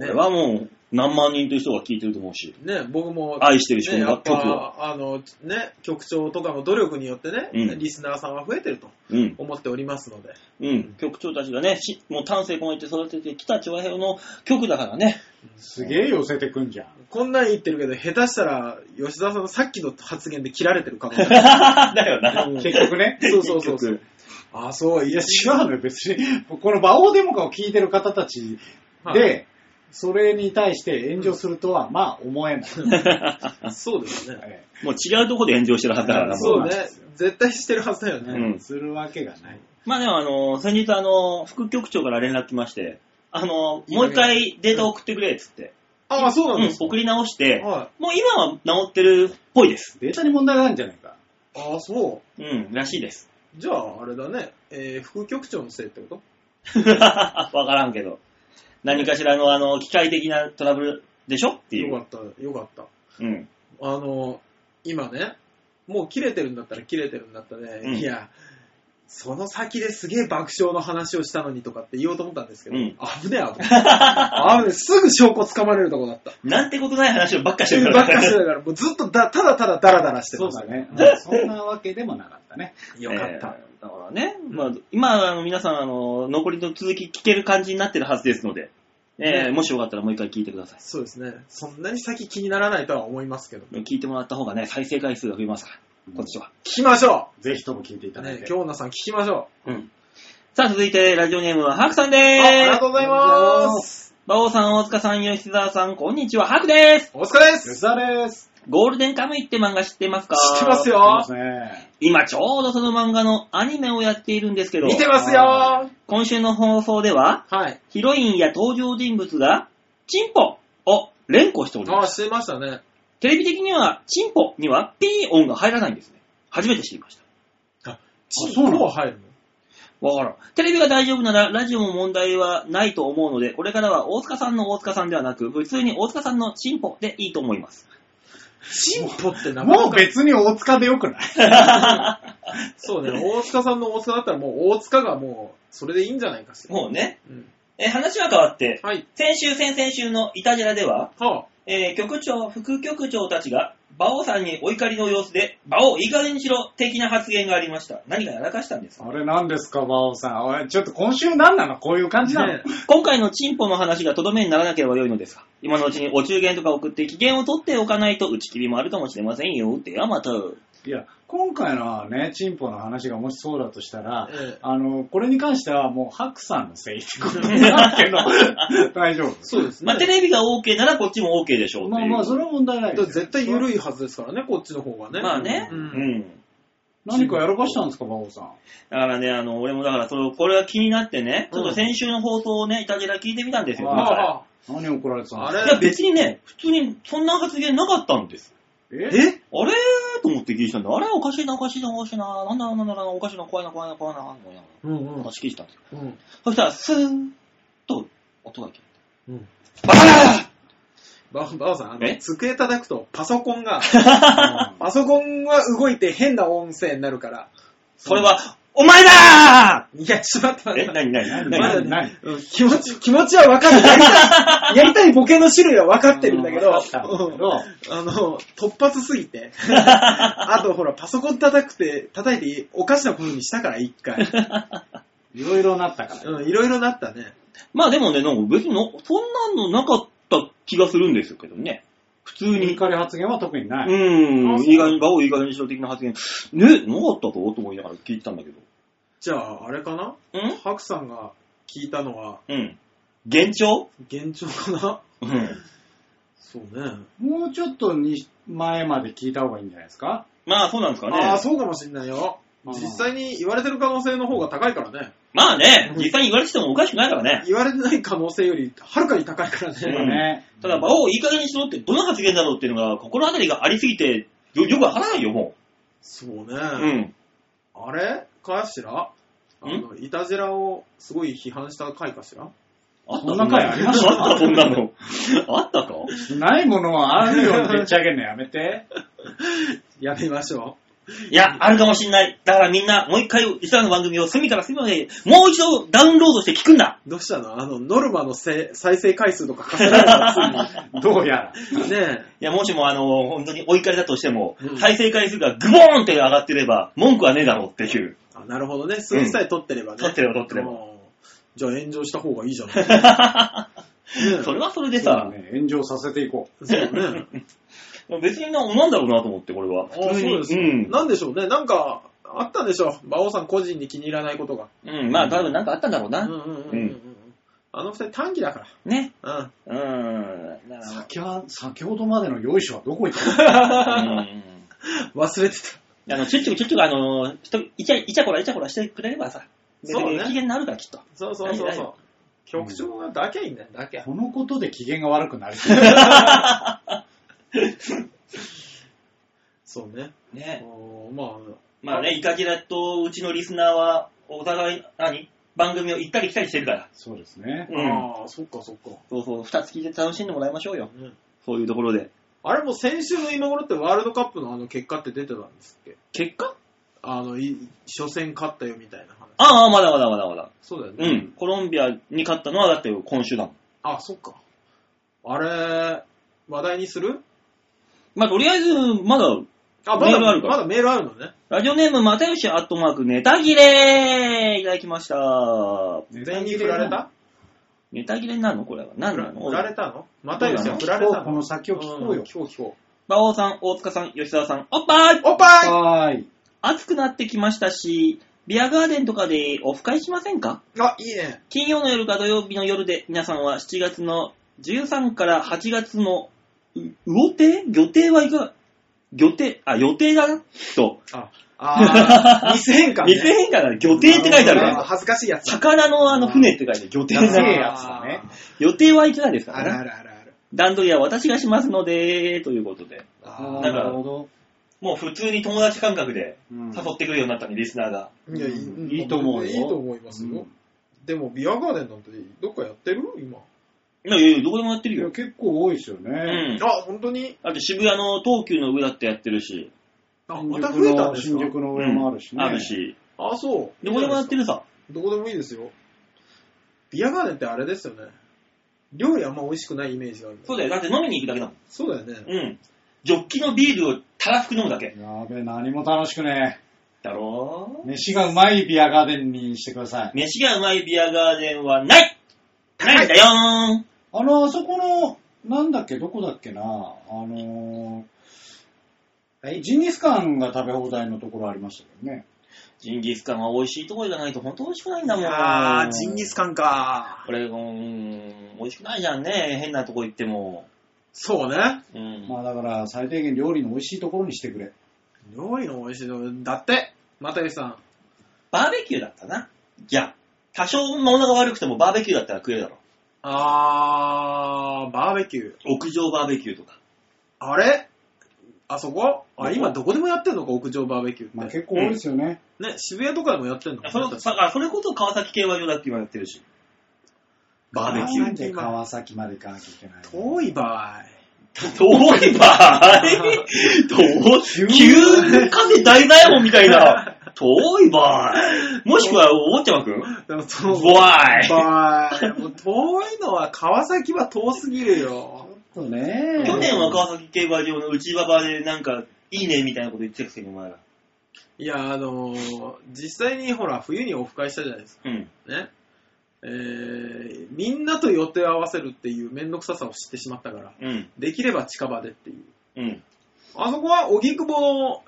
S2: れ、はもう、何万人という人が聞いてると思うし。
S3: ね僕も、
S2: 愛してる人
S3: ね、
S2: の
S3: やっ
S2: 楽曲を。
S3: ぱ、あの、ね、局長とかの努力によってね、
S2: うん
S3: リスナーさんは増えてると
S2: うん、
S3: 思っておりますので。
S2: うん。局長たちがね、しもう丹精込めて育ててきた長編の曲だからね。
S1: すげえ寄せてくんじゃん。
S3: こんなん言ってるけど、下手したら、吉沢さんのさっきの発言で切られてるかも。
S2: だよな。
S3: うん
S1: 結局 ね。
S3: そうそうそうそう。あ、そう、い
S1: い
S3: や
S1: や、、違うのよ、別に。 この馬王デモカを聞いてる方たち
S3: はい
S1: で、それに対して炎上するとは、まあ、思えない。
S3: そうですね。
S1: え
S2: もう違うとこで炎上してるはずだからな、
S3: そう
S2: も
S3: ね。絶対してるはずだよ
S1: え
S3: ね。
S2: うん
S1: するわけがない。
S2: まあでも、あの、先日、あの、副局長から連絡来まして、あの、もう一回データ送ってくれ、っつって。
S3: あ、そう
S2: う
S3: なんで
S2: ん
S3: す、か。
S2: 送り直して、
S3: はい。
S2: もう今は治ってるっぽいです。
S1: データに問題があるんじゃないか。
S3: あ、そう。
S2: うん、らしいです。
S3: じゃあ、あれだね、えー副局長のせいってこと
S2: わからんけど。何かしらの、あの、機械的なトラブルでしょってい
S3: よ
S2: う。
S3: かった、よかった。
S2: うん。
S3: あの、今ね、もう切れてるんだったら切れてるんだったね、
S2: うん
S3: いや、その先ですげえ爆笑の話をしたのにとかって言おうと思ったんですけど、
S2: うん
S3: 危ねえ危ねえ。危ねえ、すぐ証拠捕まれるとこだった。
S2: なんてことない話をばっかしてるか
S3: ばっ
S2: ら。
S3: かしてたから、もうずっとだただただダラダラして
S1: そ
S3: ま
S1: う
S3: し
S1: だ
S3: た。
S1: ね。そんなわけでもなかったね。
S3: よかった。
S2: えーだからね、まあ、今、あの、皆さん、あの、残りの続き聞ける感じになってるはずですので、えー
S3: ね
S2: もしよかったらもう一回聞いてください。
S3: そうですね。そんなに先気にならないとは思いますけど。
S2: 聞いてもらった方がね、再生回数が増えますから、こっちは。
S3: 聞きましょ
S1: ぜひとも聞いていうただい
S3: ね
S1: て。
S3: 京奈さん聞きましょ
S2: うん。さあ、続いて、ラジオネームはハクさん
S3: う。
S2: で
S3: ああり
S2: ー
S3: が
S2: す
S3: と。うございます。
S2: 馬王さん、大塚さん、吉沢さん、こんにちは、ハクです。
S3: お疲れで
S1: 吉
S3: す
S1: 沢です。
S2: ゴールデンカムイって漫画知ってますか
S3: 知ってます。よ
S1: そうですね。
S2: 今ちょうどその漫画のアニメをやっているんですけど、
S3: 見てますよ
S1: は
S2: 今週の放送では、
S3: はい。
S2: ヒロインや登場人物が、チンポを連呼しており
S3: あ
S2: ま
S3: あ、
S2: す。
S3: してましたね。
S2: テレビ的には、チンポにはピー音が入らないんですね。初めて知りました。
S3: チ
S1: そうなの
S3: もう入るの
S2: わからん。テレビが大丈夫なら、ラジオも問題はないと思うので、これからは大塚さんの大塚さんではなく、普通に大塚さんのチンポでいいと思います。
S3: チンポって名前
S1: もう別に大塚でよくない
S3: そうね、大塚さんの大塚だったらもう大塚がもう、それでいいんじゃないかしら。
S2: もうね。
S3: うん
S2: え、話は変わって、
S3: はい。
S2: 先週、先々週のイタジェラでは、
S3: は
S2: えー局長、副局長たちが、馬王さんにお怒りの様子で、馬王いい加減にしろ、的な発言がありました。何がやらかしたんですか
S1: あれ何ですか、馬王さん。おいちょっと今週何なのこういう感じなの、
S3: ね
S2: 今回のチンポの話がとどめにならなければよいのですが、今のうちにお中元とか送って機嫌を取っておかないと打ち切りもあるかもしれませんよ。ではまた。
S1: いや、今回のね、チンポの話がもしそうだとしたら、
S3: ええ
S1: あの、これに関してはもう、ハクさんのせいってことになるけ ど、大丈夫。
S3: そうですね。
S2: まあ、テレビが OK ならこっちも OK でしょうって
S1: ま
S2: い
S1: あ
S2: う。
S1: まあ、それは問題ない
S3: だって絶対緩
S1: い。
S3: いはずですからね、こっちの方がね。
S2: まあね。
S3: う
S2: うんん。
S1: 何かやらかしたんですか、馬王さん。
S2: だからね、あの、俺もだから、それ、これが気になってね、
S3: うん
S2: ちょっと先週の放送をね、イタジェラ聞いてみたんですよ。
S1: あ
S2: 今
S3: ああ
S1: 何怒られてたん
S3: あ
S1: で
S2: 回いや、別にね、普通にそんな発言なかったんです。
S1: すかえ
S3: え
S2: あれーと思って聞いてたんだ。あれおかしいな、おかしいな、おかしいな。なんだ、なんだ、なんだ、おかしいな、怖いな、怖いな、怖いな、怖いな。
S3: うんうん。
S2: 話聞いてたんですよ。
S3: うん。
S2: そしたら、スーッと音が聞こえて。
S3: うん。
S2: バー
S3: ば、ばあさん、あの
S2: え、
S3: 机叩くとパソコン が、
S1: あ
S3: パソコンは動いて変な音声になるから。
S2: それは、お前だ
S3: いや、しまった
S2: ーえ、なになになに
S1: ま
S3: まだ
S1: だね
S3: ねうん気持ち、気持ちは分 かる。やりたい、やりたいボケの種類は分かってるんだけど、
S1: 分かったんだけど
S3: うんあの、突発す ぎて。あとほら、パソコン叩くて、叩いておかしなことにしたから、一 回。
S1: いろいろなったから。
S3: うん、いろいろなったね。
S2: まあでもね、なんか別にのそんなのなかった気がするんですけどね。普通
S1: ミ
S2: に。
S1: 怒り発言は特にな
S2: う
S1: い。
S2: ー
S1: あ
S2: ん、
S1: そう
S2: 意外に、バオ意外にしろ的な発言。ね、なかったぞと思いながら聞いてたんだけど。
S3: じゃあ、あれかなんハクさんが聞いたのは、
S2: うん。幻聴
S3: 現状かな
S2: うん。
S3: そうね。
S1: もうちょっとに前まで聞いた方がいいんじゃないですか
S2: まあそうなんですかね。
S3: ああ、そうかもしんないよ。
S1: あー
S3: 実際に言われてる可能性の方が高いからね。
S2: まあね、実際に言われててもおかしくないからね。
S3: 言われてない可能性より、はるかに高いから
S1: そうだ
S3: ね。
S1: ね。
S2: ただ、馬王いい加減にしろってどの発言だろうっていうのが心当たりがありすぎて、よ、よくわからないよ、も
S3: そうね。
S2: う。うん。
S3: あれかしらあの、いたじらをすごい批判した回かしら
S2: あった
S1: そんな回ありまし た
S2: あった、そんなの。あったか
S1: ないものはあるよって言っちゃげんのやめて。
S3: やめましょ
S2: いや、あるかもしんない。だからみんな、もう一回、イスラの番組を隅から隅まで、もう一度ダウンロードして聞くんだ
S3: う。どうしたのあの、ノルマのせ再生回数とか課せられ たら
S1: ど うやら。
S3: ついに。ね
S2: いや、もしもあの、本当にお怒りだとしても、
S3: うん
S2: 再生回数がグボーンって上がってれば、文句はねえだろうっていう。
S3: え。あなるほどね。数字さえ取ってればね。
S2: 取ってれば取ってれば
S3: うん。じゃあ炎上した方がいいじゃない。ね え
S2: それはそれで
S1: そうだ
S2: さ、
S1: ね、炎上させていこ う。
S3: そうね。
S2: 別にな、なんだろうなと思って、これは。
S3: あそうです、
S2: うん。
S3: なんでしょうね。なんか、あったんでしょう。馬王さん個人に気に入らないことが。
S2: うん、まあ多分なんかあったんだろう
S3: うん
S2: な。
S3: うんうんうんう。
S2: うん
S3: あの二人短期だか
S2: ね。
S3: ら。うん。
S2: うーん。だか
S1: 先は、先ほどまでの用意書はどこ行ったの
S2: ら、うん。
S3: 忘れてた。
S2: あの、チュッチュチュッチュが、あの、ひといちゃ、いちゃこらいちゃこらしてくれればさ、別
S3: そう
S2: に
S3: ね
S2: 機嫌になるから、きっと。
S3: そうそうそう
S2: 何
S3: そう
S2: 何。
S3: 局長がだけはいいんだよ、だけは。
S1: このことで機嫌が悪くなり そう
S3: そうね。あ
S2: ね。
S3: ーま
S2: まあね、イカジラとうちのリスナーは、お互い、何番組を行ったり来たりしてるから。
S1: そうですね。
S3: あ、
S2: うん。
S3: ああ、そっかそっか。
S2: そうそう、二つ聞いて楽しんでもらいましょうよ。
S3: うん
S2: そういうところで。
S3: あれも先週の今頃ってワールドカップのあの結果って出てたんですっけ
S2: 結果
S3: あの、い初戦勝ったよみたいな話。
S2: ああ、まだまだまだまだ。
S3: そうだよね。
S2: うん。コロンビアに勝ったのは、だって今週だもん。
S3: あ、そっか。あれ、話題にする
S2: まあ、とりあえず、まだ、
S3: あ、ま
S2: メ
S3: だ
S2: ールあるから
S3: まだメールあるのね。
S2: ラジオネーム、又吉アットマーク、ネタ切れいただきました。
S3: 全員に振られた
S2: ネタ切れになるのこれは。何
S3: 振ら
S2: な
S3: 振られ
S2: の
S3: たのまたよしは振
S1: 振
S3: ら
S1: ら
S3: れ
S1: れ
S3: た
S1: たこ
S3: の
S1: の先を聞こうよ
S3: ん。聞こう聞こ。
S2: 馬王さん、大塚さん、吉沢さん、おっぱいう
S3: おっぱい
S1: はーい。
S2: 暑くなってきましたし、ビアガーデンとかでオフ会しませんか
S3: あ、いいね。
S2: 金曜の夜か土曜日の夜で皆さんは7月の13から8月のう魚亭魚亭はいかが魚亭、あ、予定だなと。
S3: あー、2000円か、ね。
S2: 店変化だね。魚亭って書いてある
S3: あー
S2: ね。
S3: 恥ずかしいやつ。
S2: 魚のあの船って書いてある。魚亭
S1: 高
S2: だ
S1: い
S2: ね。
S1: やつだね
S2: 予定はいかがです
S3: あーあ
S2: か
S3: るあ
S2: ね。
S3: るあるある。
S2: 段取りは私がしますので、ということで。
S3: あ
S2: な
S1: なん
S2: か
S1: るほど。
S2: もう普通に友達感覚で
S1: うん
S2: 誘ってくるようになったね、リスナーが。
S3: ーいやい
S1: うん
S3: い
S1: いいと思うよ
S3: いいと思いますよ。でも、ビアガーデンなんてどっかやってる今。
S2: いやいやいや、どこでもやって
S1: い
S2: る
S1: や
S2: よ。
S1: 結構多いですよ
S2: う
S1: ね。
S2: ん。
S3: あ、本当に
S2: あと渋谷の東急の上だってやってるし。
S3: あ、
S1: 新
S3: また
S1: 宿
S3: 増えたん
S1: の
S3: です
S1: 新
S3: か
S1: 宿の上もあるしね。
S2: ある。し。
S3: あ、そう。
S2: どこでもやってるさ。
S3: どこでもいいですよ。ビアガーデンってあれですよね。料理あんま美味しくないイメージがある。
S2: そうだよ。だって飲みに行くだけだもん。
S3: そうだよね。
S2: うん。ジョッキのビールをたらふく飲むだけ。
S1: やべえ、何も楽しくね
S2: だろ
S1: え。飯がうまいビアガーデンにしてください。
S2: 飯がうまいビアガーデンはないないんだよーん
S1: あの、あそこの、なんだっけ、どこだっけな、あのージンギスカンが食べ放題のところありましたけどね。
S2: ジンギスカンは美味しいところじゃないと本当美味しくないんだもん。
S3: あー、ジンギスカンか。
S2: これ、うーん、美味しくないじゃんね。変なとこ行っても。
S3: そうね。
S2: うん。
S1: まあだから、最低限料理の美味しいところにしてくれ。
S3: 料理の美味しいとこだって、又吉さん。
S2: バーベキューだったな。いや、多少物が悪くてもバーベキューだったら食えるだろ。
S3: あー、バーベキュー。
S2: 屋上バーベキューとか。
S3: あれあそこ
S2: どこ
S3: あ、今どこでもやってんのか、屋上バーベキュ
S1: ま
S3: ー
S1: あ
S3: って。
S1: 結構多いですよね。
S3: ね、渋谷とかでもやってんのか
S2: それさあそれこそ川崎競馬場だって今やってるし。バーベキュー。
S1: なんで川崎まで行かなきゃいけないの
S3: 遠い場合。
S2: 遠い場合 遠
S1: 急
S2: い急風大大門みたい な。遠い場合もしくは、お坊ちゃまくん
S3: でもその
S2: 怖い。
S3: 場合。もう遠いのは川崎は遠すぎるよ。
S1: ちょっとね。
S2: 去年は川崎競馬場の内馬場でなんか、いいねみたいなこと言ってたくせにお前ら。
S3: いや、あのー実際にほら、冬にオフ会したじゃないです
S2: うん。
S3: か。ね。えー、みんなと予定を合わせるっていうめんどくささを知ってしまったから、
S2: うん。
S3: できれば近場でっていう。
S2: うん。
S3: あそこは、荻窪の、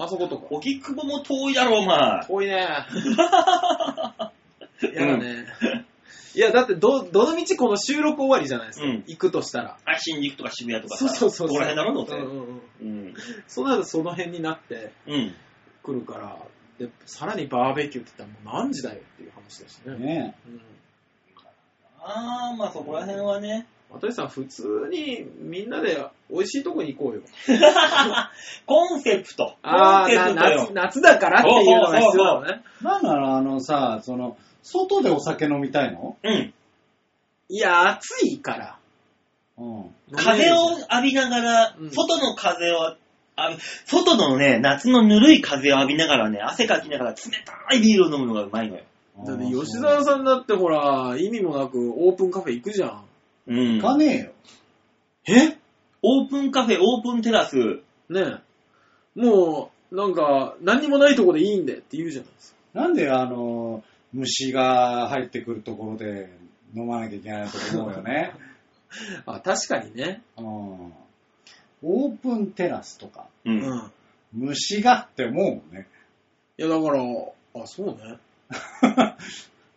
S3: あそことか。
S2: 荻窪も遠いだろ、お前。
S3: 遠い ね。やだね。いや、だって、ど、どの道この収録終わりじゃないですか。
S2: うん
S3: 行くとしたら。
S2: あ、新宿とか渋谷とか
S3: そ
S2: さ。
S3: うそうそう。
S2: ここら辺だろ、どうせ。
S3: うんうんうん。
S2: うん。
S3: そうなるとその辺になって
S2: うん。
S3: くるから、で、さらにバーベキューって言ったらもう何時だよっていう話だしね。
S1: ね
S3: うん。
S2: あー、まあそこら辺はね。
S3: 渡さん、普通にみんなで美味しいとこに行こうよ。
S2: コンセプト。コ
S3: あ
S2: ン
S3: あ
S2: セ
S3: ー、
S2: プト
S3: な夏、
S2: よ。
S3: 夏だからっていうのが必要だよね。
S1: なんならあのさ、その、外でお酒飲みたいの
S2: うん。
S3: いや、暑いから。
S1: うん。
S2: 風を浴びながら
S3: う、ん
S2: 外の風を浴び、外のね、夏のぬるい風を浴びながらね、汗かきながら冷たいビールを飲むのがうまいのよ。
S3: だって吉沢さんだってほら、意味もなくオープンカフェ行くじゃん。
S2: うん
S1: 行。かねえよ。
S3: え
S2: オープンカフェ、オープンテラス。
S3: ねえ。もう、なんか、何にもないとこでいいんでって言うじゃないですか。
S1: なんであの、虫が入ってくるところで飲まなきゃいけないと思うよ ね。
S3: あ、確かにね。
S1: うんオープンテラスとか、
S2: う
S3: うん。
S2: ん。
S3: い
S1: 虫がって思うもんね。
S3: や、だから、あ、そう ね。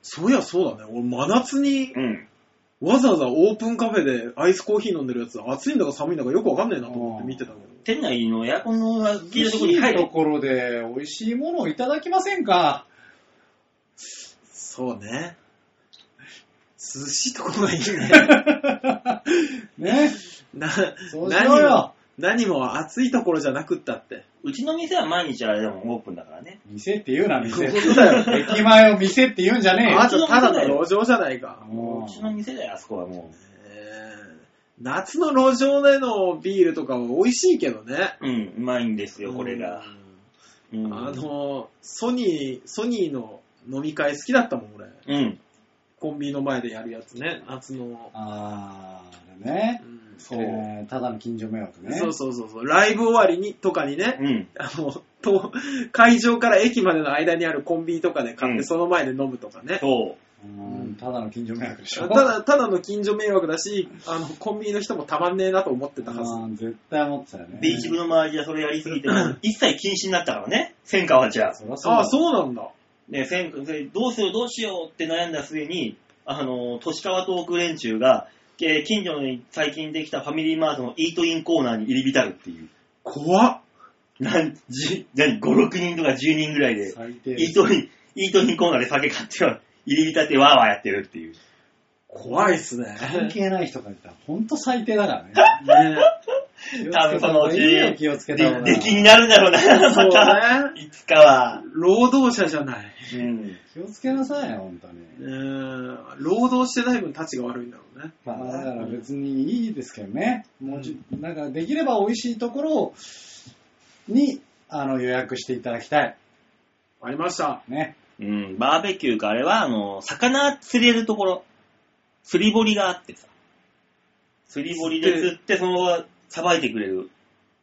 S3: そういや、そうだね。俺、真夏に
S2: うん。
S3: わざわざオープンカフェでアイスコーヒー飲んでるやつ、暑いんだか寒いんだかよくわかんねえなと思って見てたけど。
S2: 店内のエアコンの効いた
S1: 美
S2: と
S1: 味し
S2: ころに入
S1: い
S2: る
S1: と。ころで美味しいものをいただきませんか
S3: そうね。涼しいところがいいね。
S1: ね。
S3: な
S1: そうしよう
S3: 何も
S1: よ、
S3: 何も暑いところじゃなくったって。
S2: うちの店は毎日あれでもオープンだからね。
S1: 店って言うな、店。
S3: 本当だよ
S1: 駅前を店って言うんじゃねえ
S3: あ
S1: よ。
S3: とただの路上じゃないか。
S1: うん
S2: うちの店だよ、あそこはも
S3: えー夏の路上でのビールとかは美味しいけどね。
S2: う。うん、うまいんですよ、これが。う。
S3: うんん。あの、ソニー、ソニーの飲み会好きだったもん、俺。
S2: うん。
S3: コンビニの前でやるやつね。夏の。
S1: あー、ね
S3: う。ん
S1: そう、ね。ただの近所迷惑ね。
S3: そうそうそうそう。ライブ終わりに、とかにね、
S2: うん。
S3: あの、と、会場から駅までの間にあるコンビニとかで買って、
S2: うん
S3: その前で飲むとかね。
S2: そう。
S1: うんただの近所迷惑でしょ。
S3: ただ、ただの近所迷惑だし、あの、コンビニの人もたまんねえなと思ってたはず。
S1: うん絶対思ってたよね。
S2: ビーチ部の周りはそれやりすぎて、一切禁止になったからね。千川じゃ。
S1: そりゃそうだ
S3: ああ、そうなんだ。
S2: ね、せんせどうしようどうしようって悩んだ末に、あの、都市川トーク連中が、えー近所に最近できたファミリーマートのイートインコーナーに入り浸るっていう。
S3: 怖っ。
S2: なん、じ、なに、5、6人とか10人ぐらいで、
S1: 最低。
S2: イートイン、イートインコーナーで酒買っては、入り浸ってわーわーやってるっていう。
S3: 怖いっすね。
S1: 関係ない人がいたら、ほんと最低だからね。
S3: ね
S2: 多分そのうち、
S1: 気をつけ
S2: で
S1: た方がいい
S2: 出
S1: よ、気をつけた方が
S2: 来になるんだろうな、
S3: そう
S2: ま
S3: ね。
S2: た。いつかは。
S3: 労働者じゃない。
S2: うん。
S1: 気をつけなさいよ、ほんとに。
S3: うーん。労働してない分、立ちが悪いんだろうね。
S1: まあ、だから別にいいですけどね。もうちょなんかできれば美味しいところをに、あの、予約していただきたい。
S3: ありました。
S1: ね。
S2: うん、バーベキューか、あれは、あの、魚釣れるところ。釣り堀があってさ。釣り堀で釣って、そのままさばいてくれる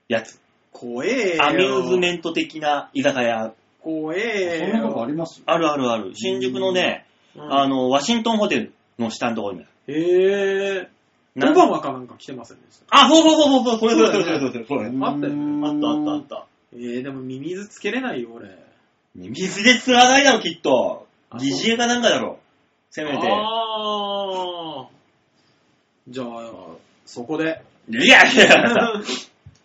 S2: やつ。
S3: 怖えよ。
S2: アミューズメント的な居酒屋。
S3: 怖
S1: そ
S3: え
S1: ん
S3: よ。
S1: なとこあります
S2: あるあるある。新宿のね、
S3: うん
S2: あの、ワシントンホテルの下のところにある。
S3: へえ。
S2: な
S3: オバマかなんか来てませんでした。
S2: あ、そうそうそうそう、それそれそれそれそれそれ。あっ
S3: あったよね
S2: たあったあった。
S3: えー、でもミミズつけれないよ、俺。
S2: 水で釣らないだろ、きっと。
S3: あそう
S2: 疑似餌かなんかだろ。せめて。
S3: ああ。じゃあ、そこで。
S2: いやいや、だからさ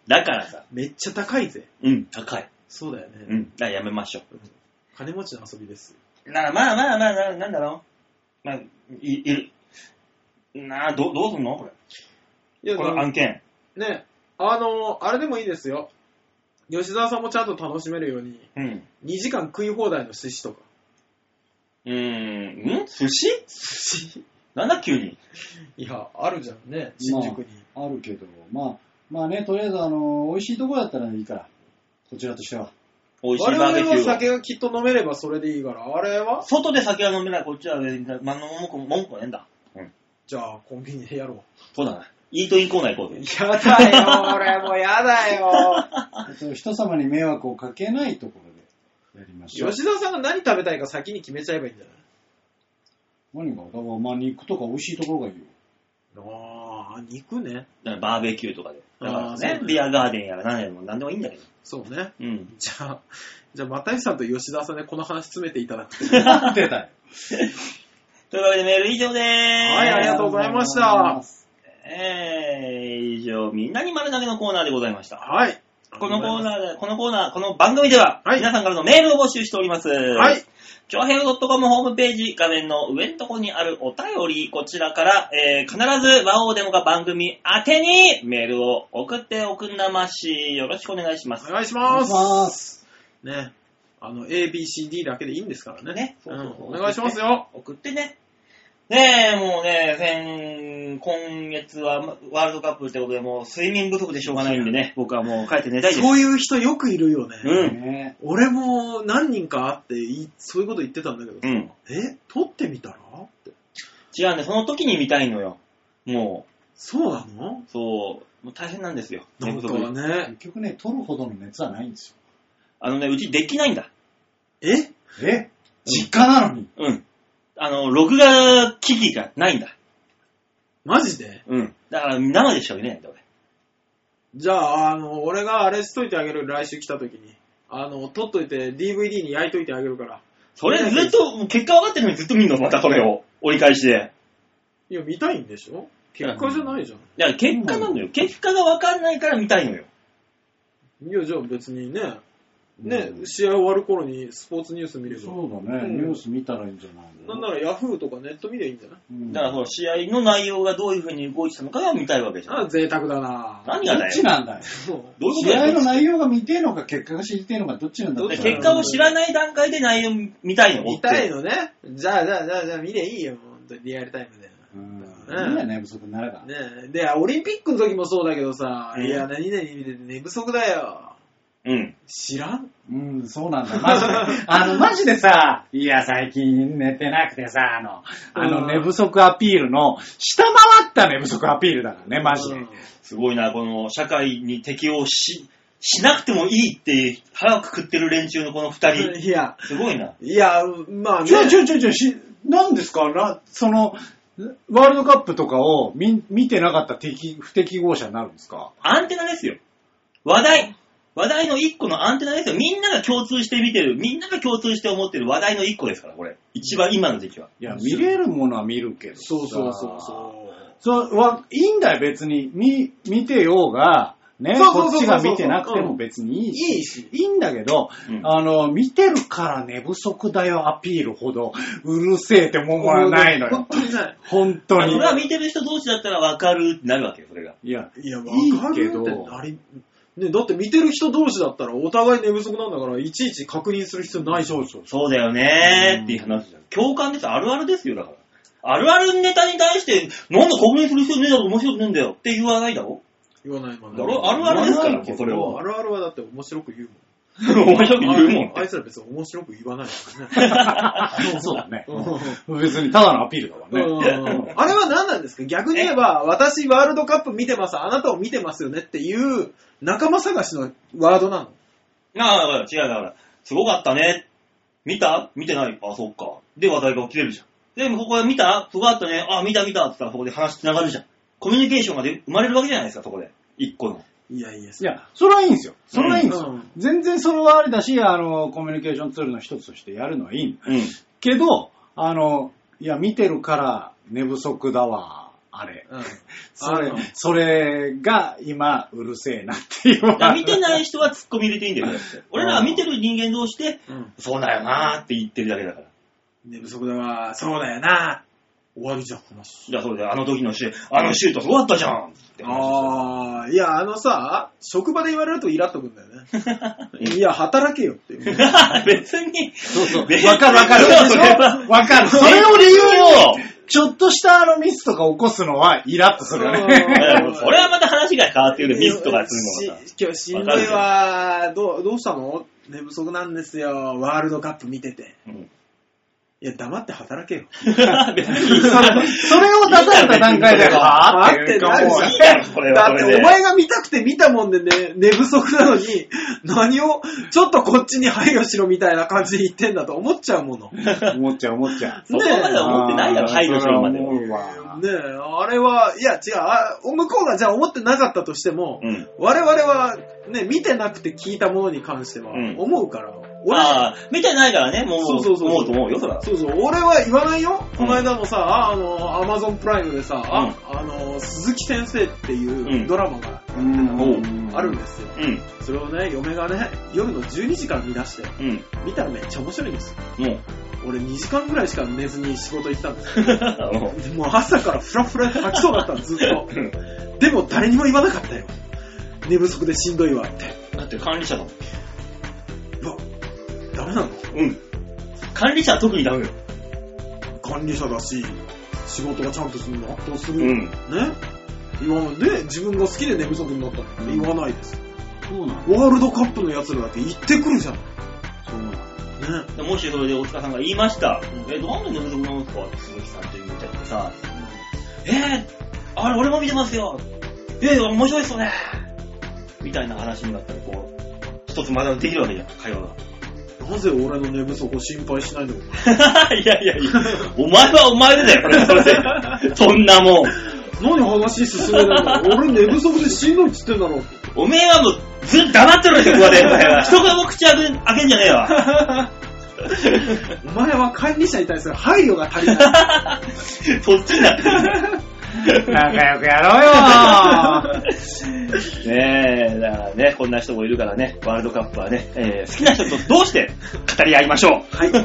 S2: だからさ、
S3: めっちゃ高いぜ。
S2: うん、高い。
S3: そうだよ
S2: う
S3: ね。
S2: ん、だからやめましょ
S3: 金持ちの遊びです。
S2: う。なまあまあまあ、ななんだろう。まあ、い、いる。なあ、どう、どうすんのこ
S3: い
S2: れ。
S3: や、
S2: この案件。
S3: ね、あのあれでもいいですよ。吉沢さんもちゃんと楽しめるように、
S2: うん。
S3: 2時間食い放題の寿司とか。
S2: うーん、ん寿司寿司なんだ急に。
S3: いや、あるじゃんね、新宿に。
S1: あるけど、まあ、まあね、とりあえず、あの、美味しいとこだったらいいから。こちらとしては。
S2: 美味し
S3: 我
S2: いバーベ
S3: 々
S2: キ
S3: は
S2: ューを。
S3: 酒がきっと飲めればそれでいいから、あれは
S2: 外で酒は飲めない、こっちは別に、まあ、文句、文句はねえんだ。うん。
S3: じゃあ、コンビニでやろ
S2: そうだな。イートインコーナー行こ
S3: う。
S2: う
S3: や
S2: ぜ。
S3: だよ、俺もうやだよ。
S1: えっと人様に迷惑をかけないところでやりましょ う。
S3: 吉沢さんが何食べたいか先に決めちゃえばいいんじゃない
S1: 何がだから、まあ、肉とか美味しいところがい いよ。
S3: ああ、肉ね。
S2: だからバーベキューとかで。だから
S3: あーそう
S2: ね
S3: だ、ね
S2: ビアガーデンやら何やらも何でもいいんだけど。
S3: そうね。
S2: うん。
S3: じゃあ、じゃあ、又吉さんと吉沢さんでこの話詰めていただくと。
S1: 出たよ。
S2: というわけでメール以上でーす。
S3: はいありがとうございました
S2: えー、以上、みんなに丸投げのコーナーでございました。
S3: はい。
S2: このコー
S3: ー。
S2: ナーで、このコーナー、この番組では、
S3: はい
S2: 皆さんからのメールを募集しております。は
S3: はい。。
S2: 長編 .com ホームページ、画面の上のところにあるお便り、こちらから、えー、必ず、和王デモが番組宛てにメールを送っておくんなまし、よろしくお願いします
S3: お。願いし
S1: お願
S3: ま。
S1: いしますす。
S3: ね。あの、ABCD だけでいいんですからね。
S2: ね
S3: うん
S2: そうそうそう
S3: お願いしますよ。
S2: 送ってね。ねえ、もうね、先、今月はまワールドカップってことで、もう睡眠不足でしょうがないんでね、僕はもう帰って寝たいです。
S3: そういう人よくいるよね。
S2: うん
S1: ね
S3: 俺も何人か会ってい、そういうこと言ってたんだけど、
S2: うん。
S3: え、撮ってみたらって。
S2: 違うね、その時に見たいのよ。も
S3: そうなの
S2: う、そう、もう大変なんですよ。
S3: なん
S2: 寝不足
S3: か
S2: で
S3: ね
S1: 結。局ね、取るほどの熱はないんです
S2: あのね、うちできないんだ。
S3: え
S1: よ。え実家なのに。
S2: うん。あの、録画機器がないんだ。
S3: マジで
S2: うん。だから生でしか見れないんだ、俺。
S3: じゃあ、あの、俺があれしといてあげる、来週来た時に。あの、撮っといて DVD に焼いといてあげるから。
S2: それずっと、もう結果分かってるのにずっと見んの、またこれを。折り返しで。
S3: いや、見たいんでしょ結果じゃないじゃん。
S2: だから結果なのよ。結果が分かんないから見たいのよ。
S3: いや、じゃあ別にね、ね、
S1: うん
S3: 試合終わる頃にスポーツニュース見れば。
S1: そうだね、
S3: うん
S1: ニュース見たらいいんじゃないの
S3: なんならヤフーとかネット見りゃいいんじゃない
S1: うん
S2: だからその試合の内容がどういう風に動いてたのかが見たいわけじゃん。
S3: あ、贅沢だな
S2: 何が
S1: ど
S2: だ
S1: っ
S2: よ。
S1: ちなんだよ。
S3: も
S2: どういうこと
S1: 試
S2: だ
S1: 合の
S2: よ。
S1: 内容が見てえのか、結果が知りてえのか、どっちなんだ
S3: ど
S1: ろ
S3: っ
S1: う
S2: で
S3: ち
S2: 結果を知らない段階で内容見たいうの。
S3: 見たいのね。じゃあ、じゃあ、じゃあ、じゃあ見りゃいいよ、本当にリアルタイムで。
S1: うん。
S3: うん
S1: いいやね、不足になれば。
S3: ねで、オリンピックの時もそうだけどさ、
S2: うん
S3: いや、何々見てて寝不足だよ。
S2: うん。
S3: 知らん
S1: うん、そうなんだ。マジで。 あの、マジでさ、いや、最近寝てなくてさ、あの、あ
S3: うん
S1: の、寝不足アピールの、下回った寝不足アピールだからね、マジ
S3: う
S1: で
S3: ん。
S2: すごいな、この社会に適応し、しなくてもいいって腹くくってる連中のこの二人。
S3: いや、
S2: すごいな。
S3: いや、まあね。
S1: ちょちょちょちょ、し、何ですかな、その、ワールドカップとかを見見てなかった適不適合者になるんですか
S2: アンテナですよ。話題。話題の一個のアンテナですよ。みんなが共通して見てる、みんなが共通して思ってる話題の一個ですから、これ。一番今の時期は。
S1: いや、見れるものは見るけど。
S3: そうそうそうそう。
S1: そうはいいんだよ、別に。見、見てようが、ね、
S3: そうそうそう
S1: こっ
S3: そう
S1: ちが見てなくても別にいいし。
S3: いいし。
S1: いいんだけど、
S2: うん
S1: あの、見てるから寝不足だよアピールほど、うるせえって思わないの
S3: 本
S1: よ。
S3: 当にない。
S1: 本当
S2: そ
S1: に
S2: れ。は見てる人同士だったらわかるってなるわけよ、それが。
S1: いや、
S3: いや、わ
S1: いい
S3: かるっ
S1: け
S3: て
S1: ど
S3: なり、ね、だって見てる人同士だったらお互い寝不足なんだから、いちいち確認する必要ないじゃん。
S2: そうだよねーっていう話じゃん。共感です。あるあるですよ、だから。あるあるネタに対して、なんだ確認する必要ねえだろ、面白くねえんだよって言わないだろ
S3: 言わないもん
S2: だろあるあるですか
S1: 言わ
S2: ら、
S1: ないけど
S2: それ
S3: もうあ
S2: は。
S3: るあるはだって面白く言う
S2: 面白く
S3: もん。
S2: 言うもん
S3: あい
S2: ね。
S3: つら別に面白く言わないからね。
S1: そうだね。
S3: うん
S1: 別にただのアピールだか
S3: う
S1: らね。
S3: んあれは何なんですか逆に言えば、私ワールドカップ見てます、あなたを見てますよねっていう仲間探しのワードなの。
S2: なあ、だから違う、だから、すごかったね。見た見てないあ、そっか。で、話題が起きれるじゃん。でも、ここで見たすごかったね。あ、見た見たって言ったら、そこで話繋がるじゃん。コミュニケーションがで生まれるわけじゃないですか、そこで。一個の。
S3: いやいや、
S1: いや、それはいいんですよ。それはいいんです
S3: う
S1: よ
S3: ん。
S1: 全然それはありだし、あの、コミュニケーションツールの一つとしてやるのはいいんだ
S2: うん。
S1: けど、あの、いや、見てるから寝不足だわ、あれ。
S3: うん
S1: そ
S3: あ
S1: れ
S3: の、
S1: それが今、うるせえなっていう。
S2: だから見てない人はツッコミ入れていいんだよ、だって俺らは見てる人間同士で、
S3: うん
S2: そうだよなーって言ってるだけだから。
S3: 寝不足だわ、そうだよな。終わりじゃん、話。
S2: じゃあそうだよ、あの時のシュート、あのシュートすごかったじゃんって話
S3: ああ、いや、あのさ、職場で言われるとイラっとくんだよ ね。
S2: です
S3: いや、働けよっていう。
S2: よ 別に。 そうそう
S1: わかるわかる。
S2: それは
S1: わかる。それを理由に、ちょっとしたあのミスとか起こすのはイラッとするよ
S3: うん
S1: ね。
S2: うんそれはまた話が変わってくる。ミスとかする のがさ。
S3: し今日しんどいわ。どう、どうしたの寝不足なんですよ。ワールドカップ見てて。
S2: うん
S3: いや、黙って働けよ。
S2: 別にいい
S1: それそれを出された段階で、
S2: いいんだよ
S1: はぁっていう かもう
S3: あー
S2: いいだろ、それは。
S3: だっ
S2: そ
S3: て
S2: れ
S3: お
S2: で
S3: 前が見たくて見たもんでね、寝不足なのに、何を、ちょっとこっちに配慮しろみたいな感じで言ってんだと思っちゃうもの。ね
S1: 思っちゃう思っちゃう。
S2: そこまでは思ってないだろ、
S1: あー
S2: 配慮するまでは
S1: それは思うわ
S3: え、あれは、いや違う、あ向こうがじゃあ思ってなかったとしても、
S2: うん。
S3: 我々はね、見てなくて聞いたものに関しては
S2: うん
S3: 思うから、俺、
S2: ああ、見てないからね、もう、
S3: そうそうそう
S2: 思うと思うよ、そら。
S3: そうそう、俺は言わないよ。この間もさ、ああの、アマゾンプライムでさ、ああの、鈴木先生っていうドラマが
S1: うん
S3: あるんですよ。
S2: うん、
S3: それをね、嫁がね、夜の12時から見出して、
S2: うん、
S3: 見たらめっちゃ面白いんですよ。
S2: もう。
S3: 俺2時間ぐらいしか寝ずに仕事行ってたんです
S2: もう
S3: よ。もう朝からフラフラで吐きそうだったの、ずっ と。
S2: うん
S3: でも誰にも言わなかったよ。寝不足でしんどいわって。
S2: だって管理者だもん。
S3: うわ、ダメなの
S2: うん。管理者は特にダメよ。
S3: 管理者だし、仕事がちゃんとするの圧倒する。
S2: う
S3: ね
S2: ん。
S3: 言わないで、自分が好きで寝不足になったって言わないです。
S1: そうなの
S3: ワールドカップの奴らだって行ってくるじゃん。ね。
S1: そうなの
S2: もしそれで大塚さんが言いました、
S3: うん
S2: え、なんで寝不足なんですかって鈴木さんって言っちゃってさ、えー、あれ俺も見てますよえー、面白いっすよねみたいな話になったら、こう、一つまだできるわけじゃん、会話が。
S3: なぜ俺の寝不足を心配しないの
S2: いやいやいや、お前はお前でだよ、これはそれで。そんなもん。
S3: 何話進めないの俺寝不足でしんどいっつってんだろ。
S2: おめえはもう、ずっと黙ってろよ、ここで。お前は 人がもう口開け開けんじゃねえ わ。
S3: お前は管理者に対する配慮が足り ない。
S2: そっちになってる。
S1: 仲良くや ろうよ
S2: ねえ、だからね、こんな人もいるからね、ワールドカップはね、えー好きな人とどうして語り合いましょう。
S3: はい。
S1: ね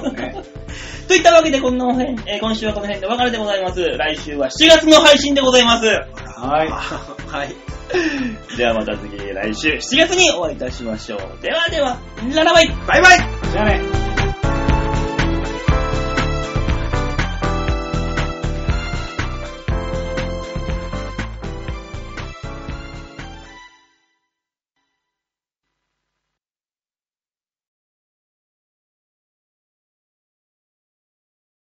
S2: といったわけで、こんなお辺、えー今週はこの辺でお別れでございます。来週は7月の配信でございます。
S1: は い。
S3: はい。
S2: ではまた次、来週7月にお会いいたしましょう。ではでは、ララバイ
S3: バイバイ
S1: じゃあね。